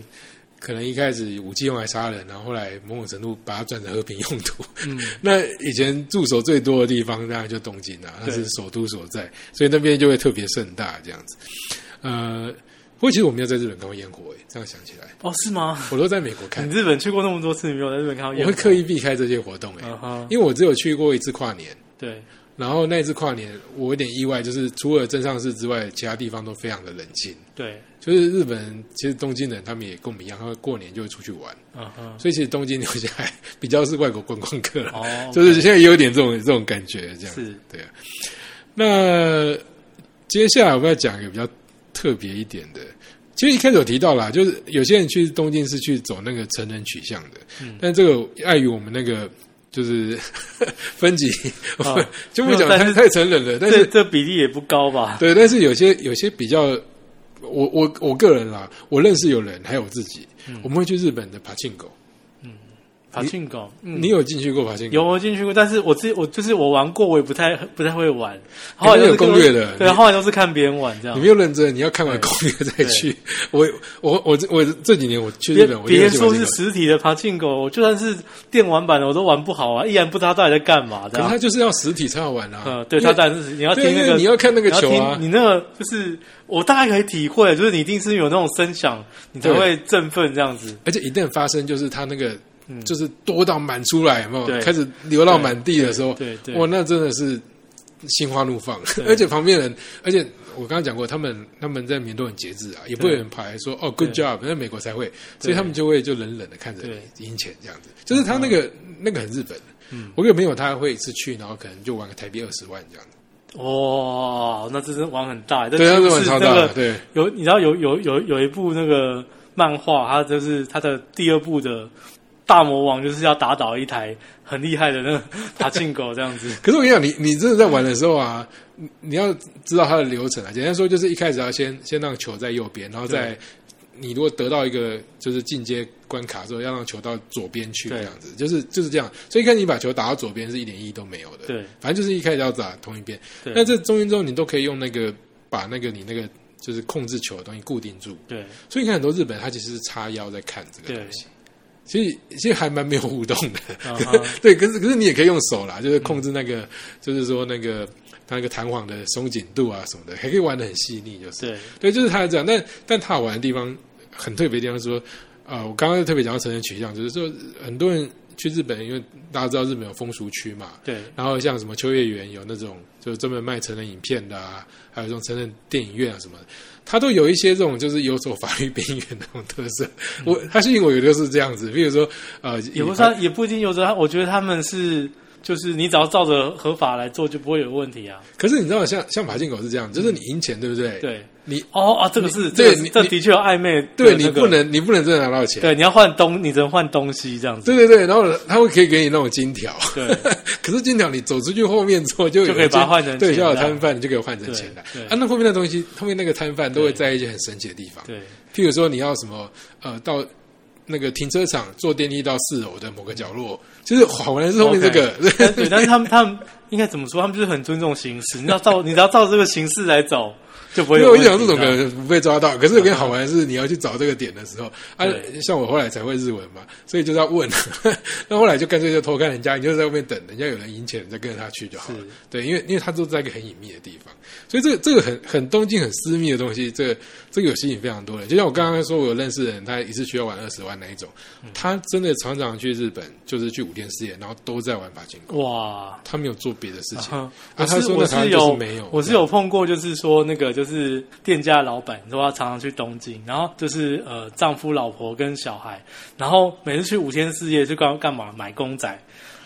可能一开始武器用来杀人，然后后来某种程度把它转成和平用途。嗯， <laughs> 那以前驻守最多的地方当然就东京啦、啊它对是首都所在，所以那边就会特别盛大这样子。呃，不过其实我没有在日本看过烟火、诶，欸这样想起来，哦是吗？ <laughs> 我都在美国看你，日本去过那么多次，你没有在日本看到我烟会火？刻意避开这些活动、诶，欸嗯哼，因为我只有去过一次跨年。对，然后那一次跨年，我有点意外，就是除了镇上市之外，其他地方都非常的冷清。对，就是日本人，其实东京人他们也跟我们一样，他们过年就会出去玩，嗯 <laughs> 哼，所以其实东京留下来比较是外国观光客了，哦，就是现在有点这种这种感觉这样。是对啊。那接下来我们要讲一个比较特别一点的。其实一开始有提到啦，就是有些人去东京是去走那个成人取向的，嗯但这个碍于我们那个就是 <laughs> 分级，啊就不讲没有但太是太成人了。但这是这比例也不高吧？对，但是有些有些比较，我我我个人啦，我认识有人还有我自己，我们会去日本的爬庆狗，嗯，爬进港，嗯你有进去过爬行？有我进去过，但是我自己我就是我玩过，我也不太不太会玩。你后来是哎都有是跟攻略的对，你后来都是看别人玩这样你没。有认真，你要看完攻略再去。 <laughs> 我我我我这几年我去别日本，我别就人去玩说这是个。实体的爬进狗，我就算是电玩版的我都玩不好啊，依然不知道他到底在干嘛可的是啊。它就是要实体才好玩啊！嗯，对，他当然是你要听对，因那为个，你要看那个球你要啊听，你那个就是我大概可以体会，就是你一定是有那种声响，你才对会振奋这样子。而且一旦发生，就是它那个就是多到满出来，有没嗯对有？开始流到满地的时候，对对对哇，那真的是心花怒放。 <laughs> 而且旁边人，而且我刚刚讲过，他们他们在缅甸都很节制啊，也不会有人排说哦，good job，在美国才会，所以他们就会就冷冷的看着对嗯你赢钱这样子。就是他那个那个很日本。我有个朋友他会一次去，然后可能就玩个台币二十万这样子。哇，那真是玩很大，这对，他几是乎玩是超那大个的，对。有你知道有有有有一部那个漫画，它就是它的第二部的大魔王，就是要打倒一台很厉害的那个爬进狗这样子。可是我跟你讲，你你真的在玩的时候啊，你你要知道它的流程啊。简单说，就是一开始要先先让球在右边，然后再你如果得到一个就是进阶关卡之后，要让球到左边去，对这样子，就是就是这样。所以一开始你把球打到左边是一点意义都没有的，对，反正就是一开始要打同一边。对 <laughs> 那这中间之后，你都可以用那个把那个你那个就是控制球的东西固定住。对所以你看很多日本，他其实是叉腰在看这个对东西。其实其实还蛮没有互动的，啊哈 <laughs> <laughs> 对，可是可是你也可以用手啦，就是控制那个，就是说那个它那个弹簧的松紧度啊什么的，还可以玩的很细腻，就是对对，就是他这样。但但他好玩的地方很特别的地方是说，啊、我刚刚特别讲到成人取向，就是说很多人去日本，因为大家知道日本有风俗区嘛，对然后像什么秋叶原有那种就是专门卖成人影片的啊，还有这种成人电影院啊什么的，它都有一些这种就是游走法律边缘的那种特色。我它吸引我有的是这样子，比如说呃，嗯也不以是它也不一定有着，我觉得他们是就是你只要照着合法来做，就不会有问题啊。可是你知道像像马进狗是这样，就是你赢钱对不对？，对，你哦啊，这个是你这个对是你这你的确有暧昧的那对个，你不能你不能真的拿到钱。对你要换东，你只能换东西这样子。对对对，然后他会可以给你那种金条， <laughs> 对可是金条你走出去后面之后就有就可以把它换成对，钱就有这样摊贩你就可以换成钱的对对啊。那后面的东西，后面那个摊贩都会在一些很神奇的地方，对譬如说你要什么呃到那个停车场坐电梯到四楼的某个角落，就是好玩的 <laughs> 是后面这个但对，但是他们他们应该怎么说？他们就是很尊重形式，你只要照你只要照这个形式来走，就不会因为有我就问题。啊想这种可你知道吗能不被抓到，可是有点好玩的是你要去找这个点的时候啊对，像我后来才会日文嘛，所以就是要问。 <laughs> 那后来就干脆就偷看人家，你就在外面等，人家有人赢钱，你再跟着他去就好了是。对，因为因为他都在一个很隐秘的地方，所以这个这个很很东京很私密的东西，这个这个有吸引非常多人。就像我刚刚说，我有认识人，他一次需要玩二十万那一种，嗯他真的常常去日本，就是去五天四夜，然后都在玩法金宫，哇！他没有做别的事情。哼啊，他说我那是台湾就是有没有，我是有碰过，就是说那个就是店家老板说他常常去东京，然后就是呃丈夫、老婆跟小孩，然后每次去五天四夜去干干嘛买公仔。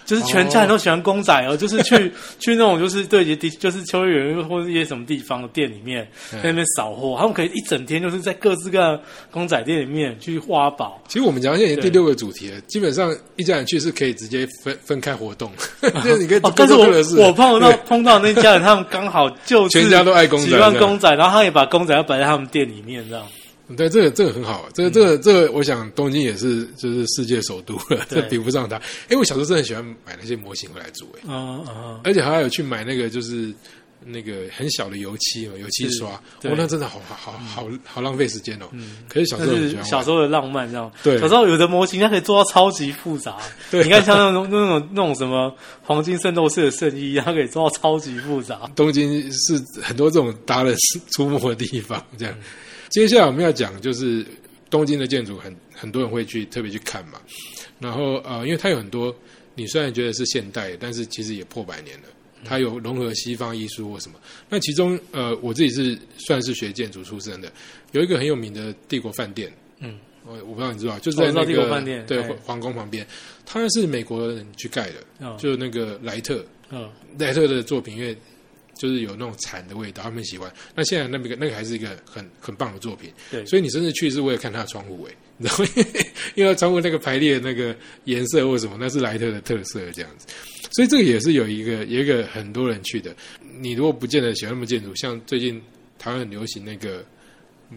就是全家人都喜欢公仔哦， <laughs> 就是去去那种就是对的，就是秋叶原或者一些什么地方的店里面，在那边扫货，他们可以一整天就是在各式各样的公仔店里面去挖宝。其实我们讲现在已经第对六个主题了，基本上一家人去是可以直接分分开活动， <laughs> 就是你可以哦各，但是做各的事。我我碰到对碰到那家人，他们刚好就是全家都爱公仔喜欢公仔，然后他也把公仔要摆在他们店里面，这样嗯对，这个这个很好，啊这嗯个这个这个，我想东京也是就是世界首都了，这对 <laughs> 比不上它。哎，我小时候真的很喜欢买那些模型回来组，哎，嗯嗯，而且还有去买那个就是。那个很小的油漆哦，油漆刷，对哇，那真的好好好好浪费时间哦。可是小那时候很喜是欢小玩，时候的浪漫，这样。对小时候有的模型它可以做到超级复杂，对你看像那种那种那种什么黄金圣斗士的圣衣，它可以做到超级复杂。东京是很多这种达人出没的地方。这嗯样，接下来我们要讲就是东京的建筑很，很多人会去特别去看嘛。然后呃，因为它有很多，你虽然觉得是现代，但是其实也破百年了。嗯它有融合西方艺术或什么。那其中呃，我自己是算是学建筑出身的，有一个很有名的帝国饭店，嗯，我哦我不知道你知道，就是我在知道那帝国个饭店对哎皇宫旁边，它是美国人去盖的，嗯就那个莱特，嗯，奈特的作品，因为就是有那种蝉的味道，他们喜欢。那现在那个那个还是一个很很棒的作品，对所以你甚至去是为了看它的窗户诶、你知道吗？因为它窗户那个排列那个颜色或什么，那是莱特的特色这样子。所以这个也是有一个有一个很多人去的。你如果不见得喜欢那么建筑，像最近台湾很流行那个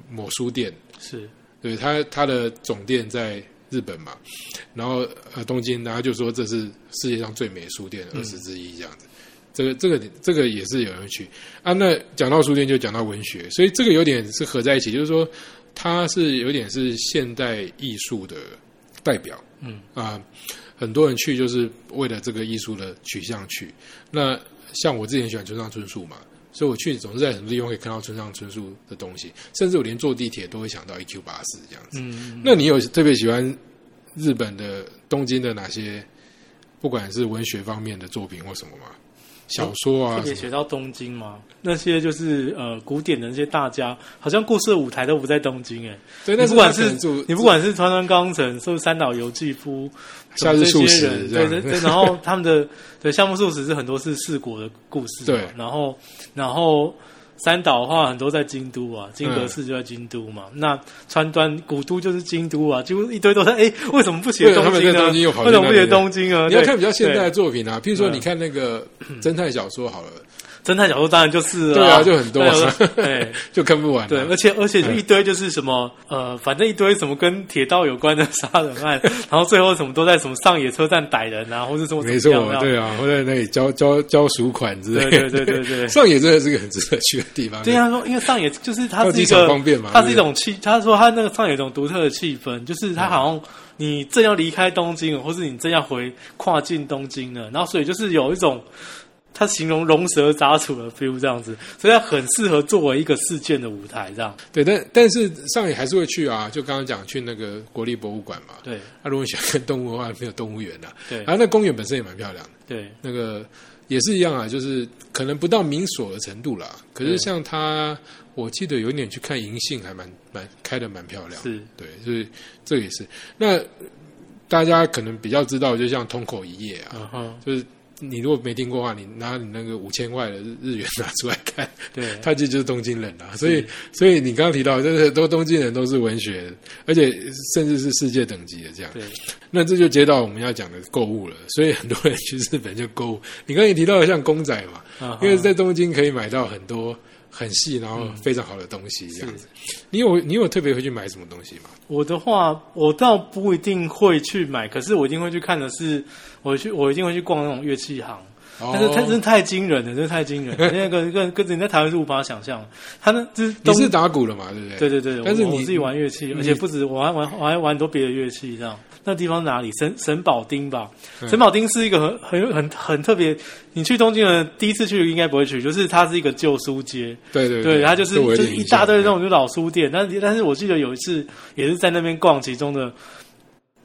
某书店，是对它它的总店在日本嘛，然后呃东京，大家就说这是世界上最美的书店二十之一这样子。这个这个这个也是有人去啊。那讲到书店就讲到文学，所以这个有点是合在一起，就是说它是有点是现代艺术的代表。嗯啊、很多人去就是为了这个艺术的取向去。那像我之前喜欢村上春树嘛，所以我去总是在很多地方可以看到村上春树的东西，甚至我连坐地铁都会想到 EQ 八四这样子。嗯，那你有特别喜欢日本的东京的哪些，不管是文学方面的作品或什么吗？小说特啊，别什么学到东京嘛，那些就是呃古典的那些大家，好像故事的舞台都不在东京哎、对，你那不管是他可是能住你不管是川端康成，是不是三岛由纪夫，夏日什素么这些食人，这对样对对，然后他们的 <laughs> 对夏目漱石是很多是四国的故事嘛，对然后然后三岛的话很多在京都啊，金阁寺就在京都嘛，嗯那川端古都就是京都啊，几乎一堆都在，哎，为什么不写对他东们京在呢？东京又跑去为什么不那写边东京啊？你要对看比较现代的对嗯作品啊，譬如说对你看那 <clears throat> 个侦探小说好了，侦探小说，当然就是对啊，就很多侦探小说， <laughs> 对。就看不完啊。哎对，而且而且就一堆就是什么呃，反正一堆什么跟铁道有关的杀人 <laughs> 案，然后最后什么都在什么上野车站逮人啊，或者什么没怎错么样，对啊，会在那里交交交赎款之类对的。对对对 <laughs> 对上野真的是个很值得去的地方。对，啊他说，因为上野就是它到是一机场个方便嘛它是一对不种气，他说他那个上野有一种独特的气氛，就是他好像你正要离开东京了，或是你正要回跨境东京了，然后所以就是有一种。他形容龙蛇杂处的 feel 这样子，所以它很适合作为一个事件的舞台这样。对，但但是上野还是会去啊，就刚刚讲去那个国立博物馆嘛。对那、如果你喜欢看动物的话，没有动物园呐、 <laughs> 啊。对然后那公园本身也蛮漂亮的，对，那个也是一样啊，就是可能不到民所的程度啦。可是对像他，我记得有一年去看银杏，还蛮蛮开的蛮漂亮。是对，所以这也是。那大家可能比较知道，就像通口一夜啊，嗯哼，就是你如果没听过的话，你拿你那个五千块的日日元拿出来看， <laughs> 对他这就是东京人啊。所以，所以你刚刚提到，就是都东京人都是文学，而且甚至是世界等级的这样。对。那这就接到我们要讲的购物了，所以很多人去日本就购物。你刚才也提到的像公仔嘛，啊因为在东京可以买到很多很细然后非常好的东西，这样子。你有你有特别会去买什么东西吗？我的话，我倒不一定会去买，可是我一定会去看的是，我去我一定会去逛那种乐器行。啊但是它真是哦太惊人了，真是太 <laughs> 惊人了，那个跟跟你在台湾是无法想象的。它那就是你东是打鼓了嘛，对不对？对对对，但是我你我自己玩乐器，而且不止我还玩，我还玩很多别的乐器。这样，那地方哪里？神神保町吧。嗯神保町是一个很很很很特别，你去东京的第一次去应该不会去，就是它是一个旧书街，对对对，它就是这我有就点是一印象大堆那种就老书店，但是但是我记得有一次也是在那边逛其中的。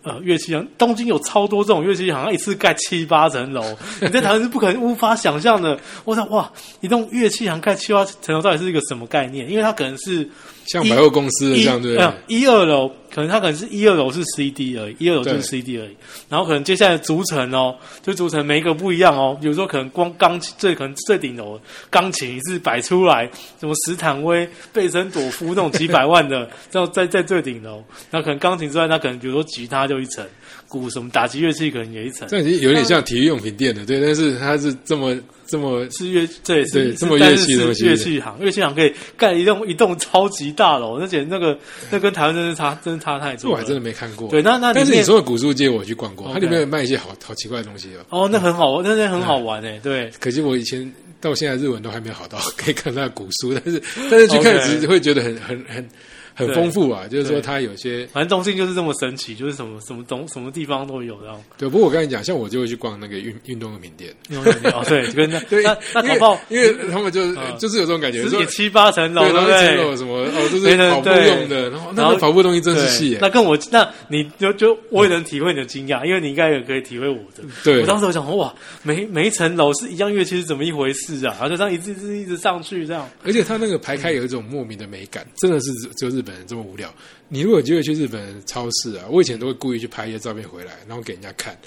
呃，乐器行，东京有超多这种乐器行，它一次盖七八层楼，你在台湾是不可能无法想象的。我想，哇，一栋乐器行盖七八层楼到底是一个什么概念？因为它可能是像百货公司的一啊这样，对不没有对？一二楼可能它可能是一二楼是 CD 而已，一二楼就对是 CD 而已。然后可能接下来的逐层哦，就逐层每一个不一样哦。比如说可能光钢琴最可能最顶楼钢琴是摆出来，什么斯坦威、贝森朵夫那种几百万的， <laughs> 然后在在最顶楼。然后可能钢琴之外，它可能比如说吉他就一层，鼓什么打击乐器可能也一层。这已经有点像体育用品店的，对，但是它是这么这么是乐，这也对是这么但乐是器的是东西乐器行，乐器行可以盖一栋一栋超级大楼，而且那个那跟台湾真的差，真的差太这多了。我还真的没看过。对，那那里但是你面说的古书街我去逛过，它 OK 里面有卖一些好好奇怪的东西哦。哦，那很好玩，那那嗯很好玩诶、对，可惜我以前到现在日文都还没有好到可以看到古书，但是 <laughs> 但是去看 OK 只是会觉得很很很很对丰富啊，就是说对它有些反正东京就是这么神奇，就是什么什么东什么地方都有这样。对。不过我刚才讲，像我就会去逛那个运运动用品店，哦，对，就跟那对，那那因为搞不好因为他们就是嗯就是有这种感觉，只说是七八层楼，对，然后不一层楼对？什么哦，都没是人跑步对用的，然后那然后个跑步东西真是细对，耶那，跟我那你就就我也能体会你的惊讶，因为你应该也可以体会我的。嗯对我当时我想，哇，每每一层楼是一样乐器是怎么一回事啊？然后就这样一直一直一直上去这样。而且它那个排开有一种莫名的美感，真的是只只有日本人这么无聊。你如果有机会去日本超市啊，我以前都会故意去拍一些照片回来，然后给人家看，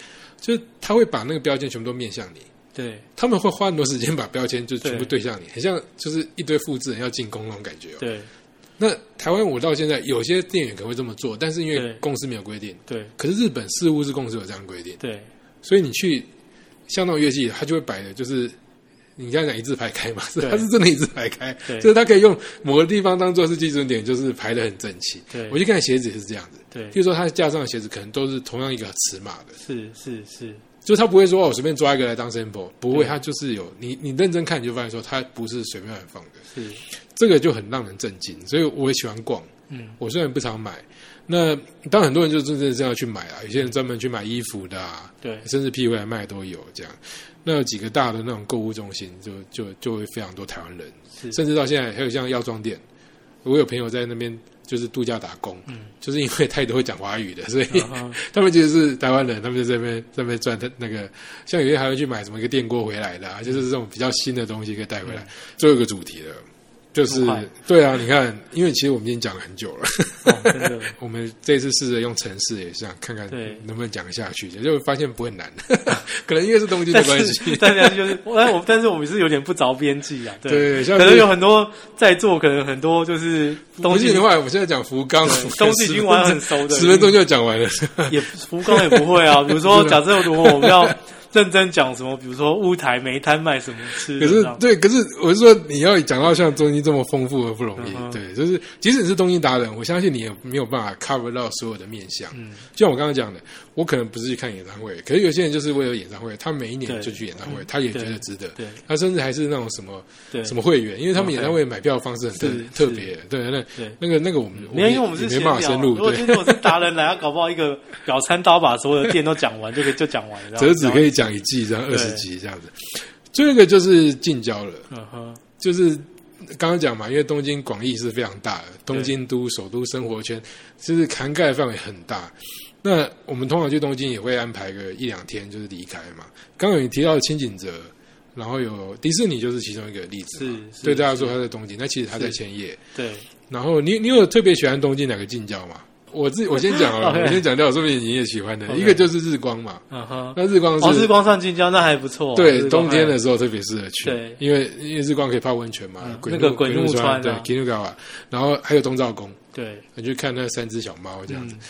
就是他会把那个标签全部都面向你，对，他们会花很多时间把标签就全部对对向你，很像就是一堆复制人要进攻那种感觉哦。对，那台湾我到现在有些店员可能会这么做，但是因为对公司没有规定，对，可是日本似乎是公司有这样的规定，对，所以你去像那种乐器，它就会摆的就是你刚才讲一字排开嘛，是对它是真的一字排开，对就是它可以用某个地方当做是基准点，就是排的很整齐。对我就看鞋子也是这样子，对譬，如说它架上的鞋子可能都是同样一个尺码的，是是是，就是它不会说哦我随便抓一个来当 sample，不会，对它就是有你你认真看你就发现说它不是随便乱放的，是这个就很让人震惊，所以我也喜欢逛。嗯，我虽然不常买，那当然很多人就真的这样去买啊，有些人专门去买衣服的啊，对甚至 P 回来卖都有这样。那有几个大的那种购物中心就，就就会非常多台湾人，是甚至到现在还有像药妆店，我有朋友在那边就是度假打工，嗯就是因为太多会讲华语的，所以、 <laughs> 啊哈 <laughs> 他们其实是台湾人，他们就在那边在那边赚的那个，像有些还会去买什么一个电锅回来的、嗯啊，就是这种比较新的东西可以带回来。最后一个主题了，就是这么快对啊，你看，因为其实我们已经讲了很久了， <laughs> 哦真的我们这次试着用城市也是想看看对能不能讲下去，就发现不会难， <laughs> 可能因为是东京的 <laughs> 但关是系，但是就是，但我但是我们是有点不着边际啊，对像可能是有很多在座，可能很多就是不东是西的话，我们现在讲福冈，对东西已经玩很熟 <laughs> 的，十分钟就讲完了， <laughs> 也福冈也不会 <laughs> 啊。比如说，假设如果我们要认真讲什么，比如说乌台煤摊卖什么吃可的，是这样对，可是我是说，你要讲到像东京这么丰富而不容易。嗯哼对，就是即使你是东京达人，我相信你也没有办法 cover 到所有的面相。嗯，就像我刚刚讲的，我可能不是去看演唱会，可是有些人就是为了演唱会，他每一年对就去演唱会，他也觉得值得。对他甚至还是那种什么对，什么会员，因为他们演唱会买票的方式很特是特别。对，那对那个那个我们没有，因为我们是也闲没办聊。啊法深入如，果对今，天我是达人来，他搞不好一个表参刀把所有的店都讲完，就 <laughs> 可以就讲完了。折纸可以，以讲一季，这样二对十集这样子。最后一个就是近郊了。嗯哼，就是刚刚讲嘛，因为东京广义是非常大的，东京都首都生活圈，就是涵盖范围很大。那我们通常去东京也会安排个一两天，就是离开嘛。刚刚有提到清景泽，然后有迪士尼就是其中一个例子嘛。是是对大家说他在东京，那其实他在千叶。对，然后你你有特别喜欢东京哪个近郊吗？我自己我先讲 <laughs> 好了， OK 我先讲掉，说不定你也喜欢的。 OK 一个就是日光嘛，嗯哼，那日光是、哦，日光上近郊那还不错。啊对，哦日光冬天还的时候特别适合去，对因为因为日光可以泡温泉嘛嗯，鬼那个怒鬼怒怒川对啊 k i n u g a w a 然后还有东照宫，对，你去看那三只小猫这样子嗯。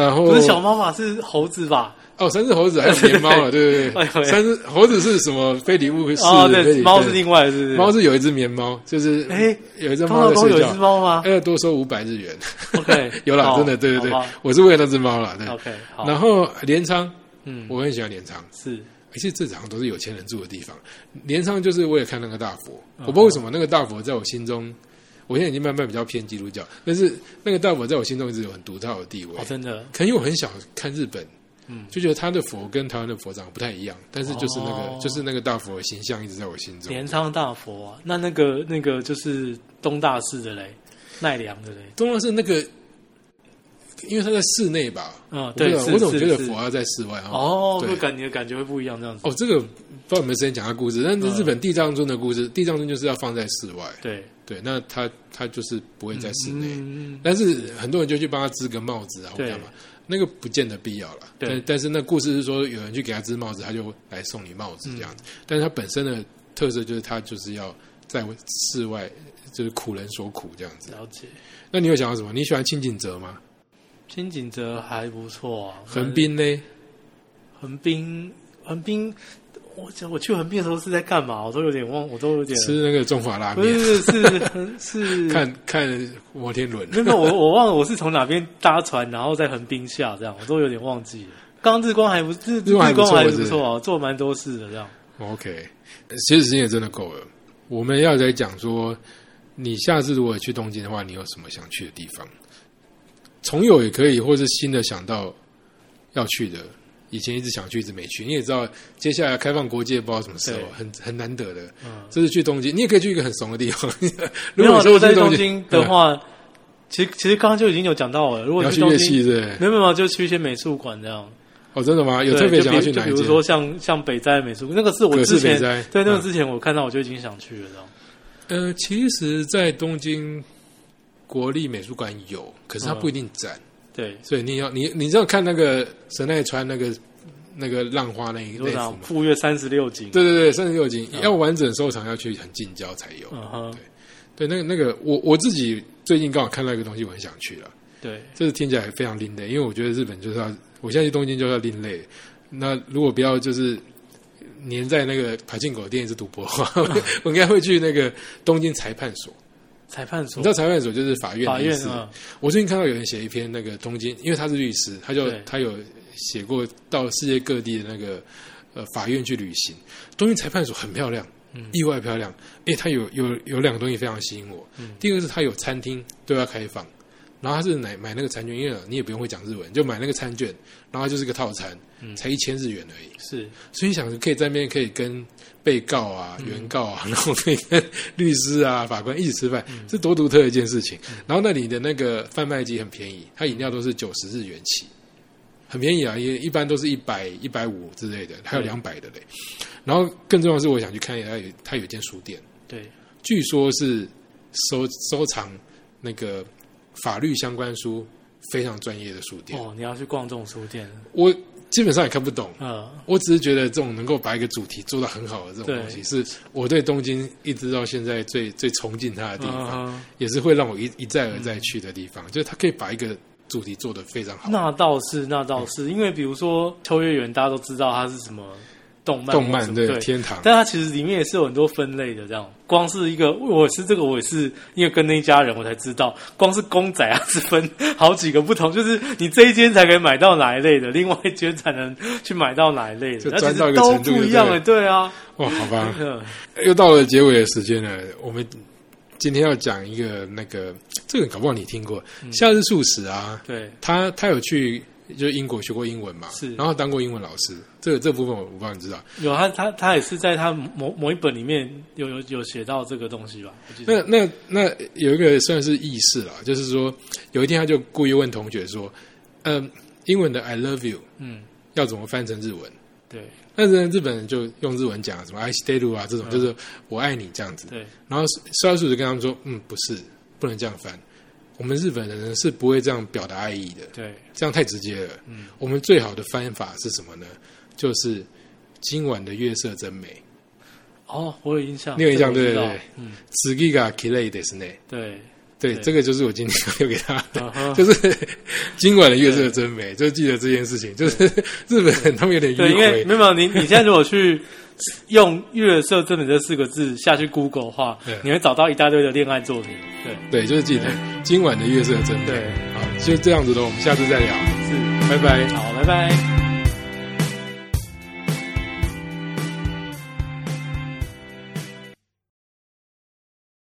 然后不是小猫吧，是猴子吧？哦，三只猴子还有绵猫 <laughs> 啊，对对哎呦对，喂三只猴子是什么？非礼勿视，哦，非礼对，猫是另外的，是不对是？猫是有一只绵猫，就是哎有一只通猫常在都睡有一只觉，猫吗还要多收五百日 <laughs> 元。 ？OK， <laughs> 有啦，好真的，对对对好吧，我是为了那只猫啦，对。 ，OK，好，然后镰仓，嗯，我很喜欢镰仓。是其实这好像都是有钱人住的地方。镰仓就是为了看那个大佛，我不知道为什啊么那个大佛在我心中，我现在已经慢慢比较偏基督教，但是那个大佛在我心中一直有很独到的地位哦，。真的，可能因为我很小看日本，嗯就觉得他的佛跟台湾的佛长得不太一样，但是就是那个、哦就是那个大佛的形象一直在我心中。镰仓大佛啊，那那个那个就是东大寺的嘞，奈良的嘞，重要是那个，因为他在室内吧，嗯，我对，不知道是我总是觉得是佛要在室外哦。哦，对会感觉感觉会不一样这样子，哦，这个不知道有没有时间讲他故事，但是日本地藏尊的故事，地藏尊就是要放在室外。对，对，那他他就是不会在室内，嗯，但是很多人就去帮他织个帽子啊，或对干嘛，那个不见得必要了。对但但是那故事是说，有人去给他织帽子，他就来送你帽子这样子。嗯但是他本身的特色就是他就是要在室外，就是苦人所苦这样子。了解。那你有想到什么？你喜欢清景泽吗？清景泽还不错啊，横滨呢？横滨横滨，我我去横滨的时候是在干嘛？我都有点忘，我都有点吃那个中华拉不是面，是是 <laughs> 是看看摩天轮。没有，没有我我忘了我是从哪边搭船，然后在横滨下这样，我都有点忘记了。刚日光还不日日光还日不错光还不是不是错啊，做蛮多事的这样。 OK，其实时间也真的够了。我们要来讲说，你下次如果去东京的话，你有什么想去的地方？重友也可以，或是新的想到要去的，以前一直想去，一直没去。你也知道，接下来开放国界，不知道什么时候对，很很难得的。嗯，这是去东京，你也可以去一个很怂的地方。 <laughs> 如没果有啊你说如果在去东京嗯京的，话，其实其实刚刚就已经有讲到了，如嗯你果要你去去东乐京器，是不是？没有没有，就去一些美术馆这样。哦，真的吗？有对特别就想要比去就哪比一如间？说像像北斋美术，馆，那个是我葛饰之北前斋对那个嗯之前我看到我就已经想去了这样。呃，其实，在东京国立美术馆有，可是它嗯不一定展。对，所以你要你你知道看那个神奈川那个那个浪花那一你那说一幅讲吗？富岳三十六景，对对对，三十六景嗯要完整收藏要去很近郊才有。嗯哼，对，那个那个我我自己最近刚好看到一个东西，我很想去了。对，这是听起来非常另类，因为我觉得日本就是要，我现在去东京就是要另类。那如果不要就是黏在那个排进口店一直赌博的话，嗯 <laughs> 我应该会去那个东京裁判所。裁判所你知道裁判所就是法院法的意院思。啊，我最近看到有人写一篇那个东京，因为他是律师，他就对他有写过到世界各地的那个呃法院去旅行。东京裁判所很漂亮，意外漂亮。诶，它有有有两个东西非常吸引我。第一个是它有餐厅对外开放，然后它是买买那个餐券，因为你也不用会讲日文，就买那个餐券，然后它就是个套餐，才一千日元而已。是所以你想可以在那边可以跟被告啊、原告啊， <laughs> 然后可以跟律师啊、法官一起吃饭，是多独特的一件事情。然后那里的那个贩卖机很便宜，它饮料都是九十日元起，很便宜啊，也一般都是一百、一百五之类的，还有对两百的嘞。然后更重要的是，我想去看一下，它有它有一间书店，对据说是收收藏那个法律相关书非常专业的书店。哦，你要去逛这种书店，我基本上也看不懂，呃，我只是觉得这种能够把一个主题做到很好的这种东西，是我对东京一直到现在最最崇敬它的地嗯方，哼也是会让我一一再而再去的地方。就是它可以把一个主题做得非常好，那倒是那倒嗯是，因为比如说秋叶原，大家都知道它是什么动漫动或什漫么对对天堂，但它其实里面也是有很多分类的，这样光是一个，我是这个，我也是因为跟那一家人我才知道，光是公仔啊是分好几个不同， <laughs> 就是你这一间才可以买到哪一类的，另外一间才能去买到哪一类的，就那钻其到实一个都程度不就一样对的，对啊， <laughs> 哇，好吧，嗯又到了结尾的时间了，我们今天要讲一个那个，这个搞不好你听过，嗯夏日素食啊，对，他他有去。就英国学过英文嘛，是然后当过英文老师，这个这部分我我不知道你知道。有他他他也是在他某某一本里面有有有写到这个东西吧？我记那得那那有一个算是意识啦，就是说有一天他就故意问同学说：“嗯，英文的 I love you 嗯，要怎么翻成日文对？”但是日本人就用日文讲什么 “I stay you” 啊这种，嗯就是我爱你这样子。对然后肖叔就跟他们说：“嗯，不是，不能这样翻。我们日本人是不会这样表达爱意的，对，这样太直接了。我们最好的翻法是什么呢？就是今晚的月色真美，哦，我有印象，你有印象这个我对知道对对嗯，此地が綺麗ですね。对，对，对这个就是我今天要给大 <laughs> 家的嗯哼就是今晚的月色真美，就记得这件事情。就是日本人他们有点对，迂因回，为没有你，你现在如果去用“月色真美”这四个字下去 Google 的话对，你会找到一大堆的恋爱作品。对，对，就是记得今晚的月色真美。对好，就这样子喽，我们下次再聊，是拜拜。好，拜拜。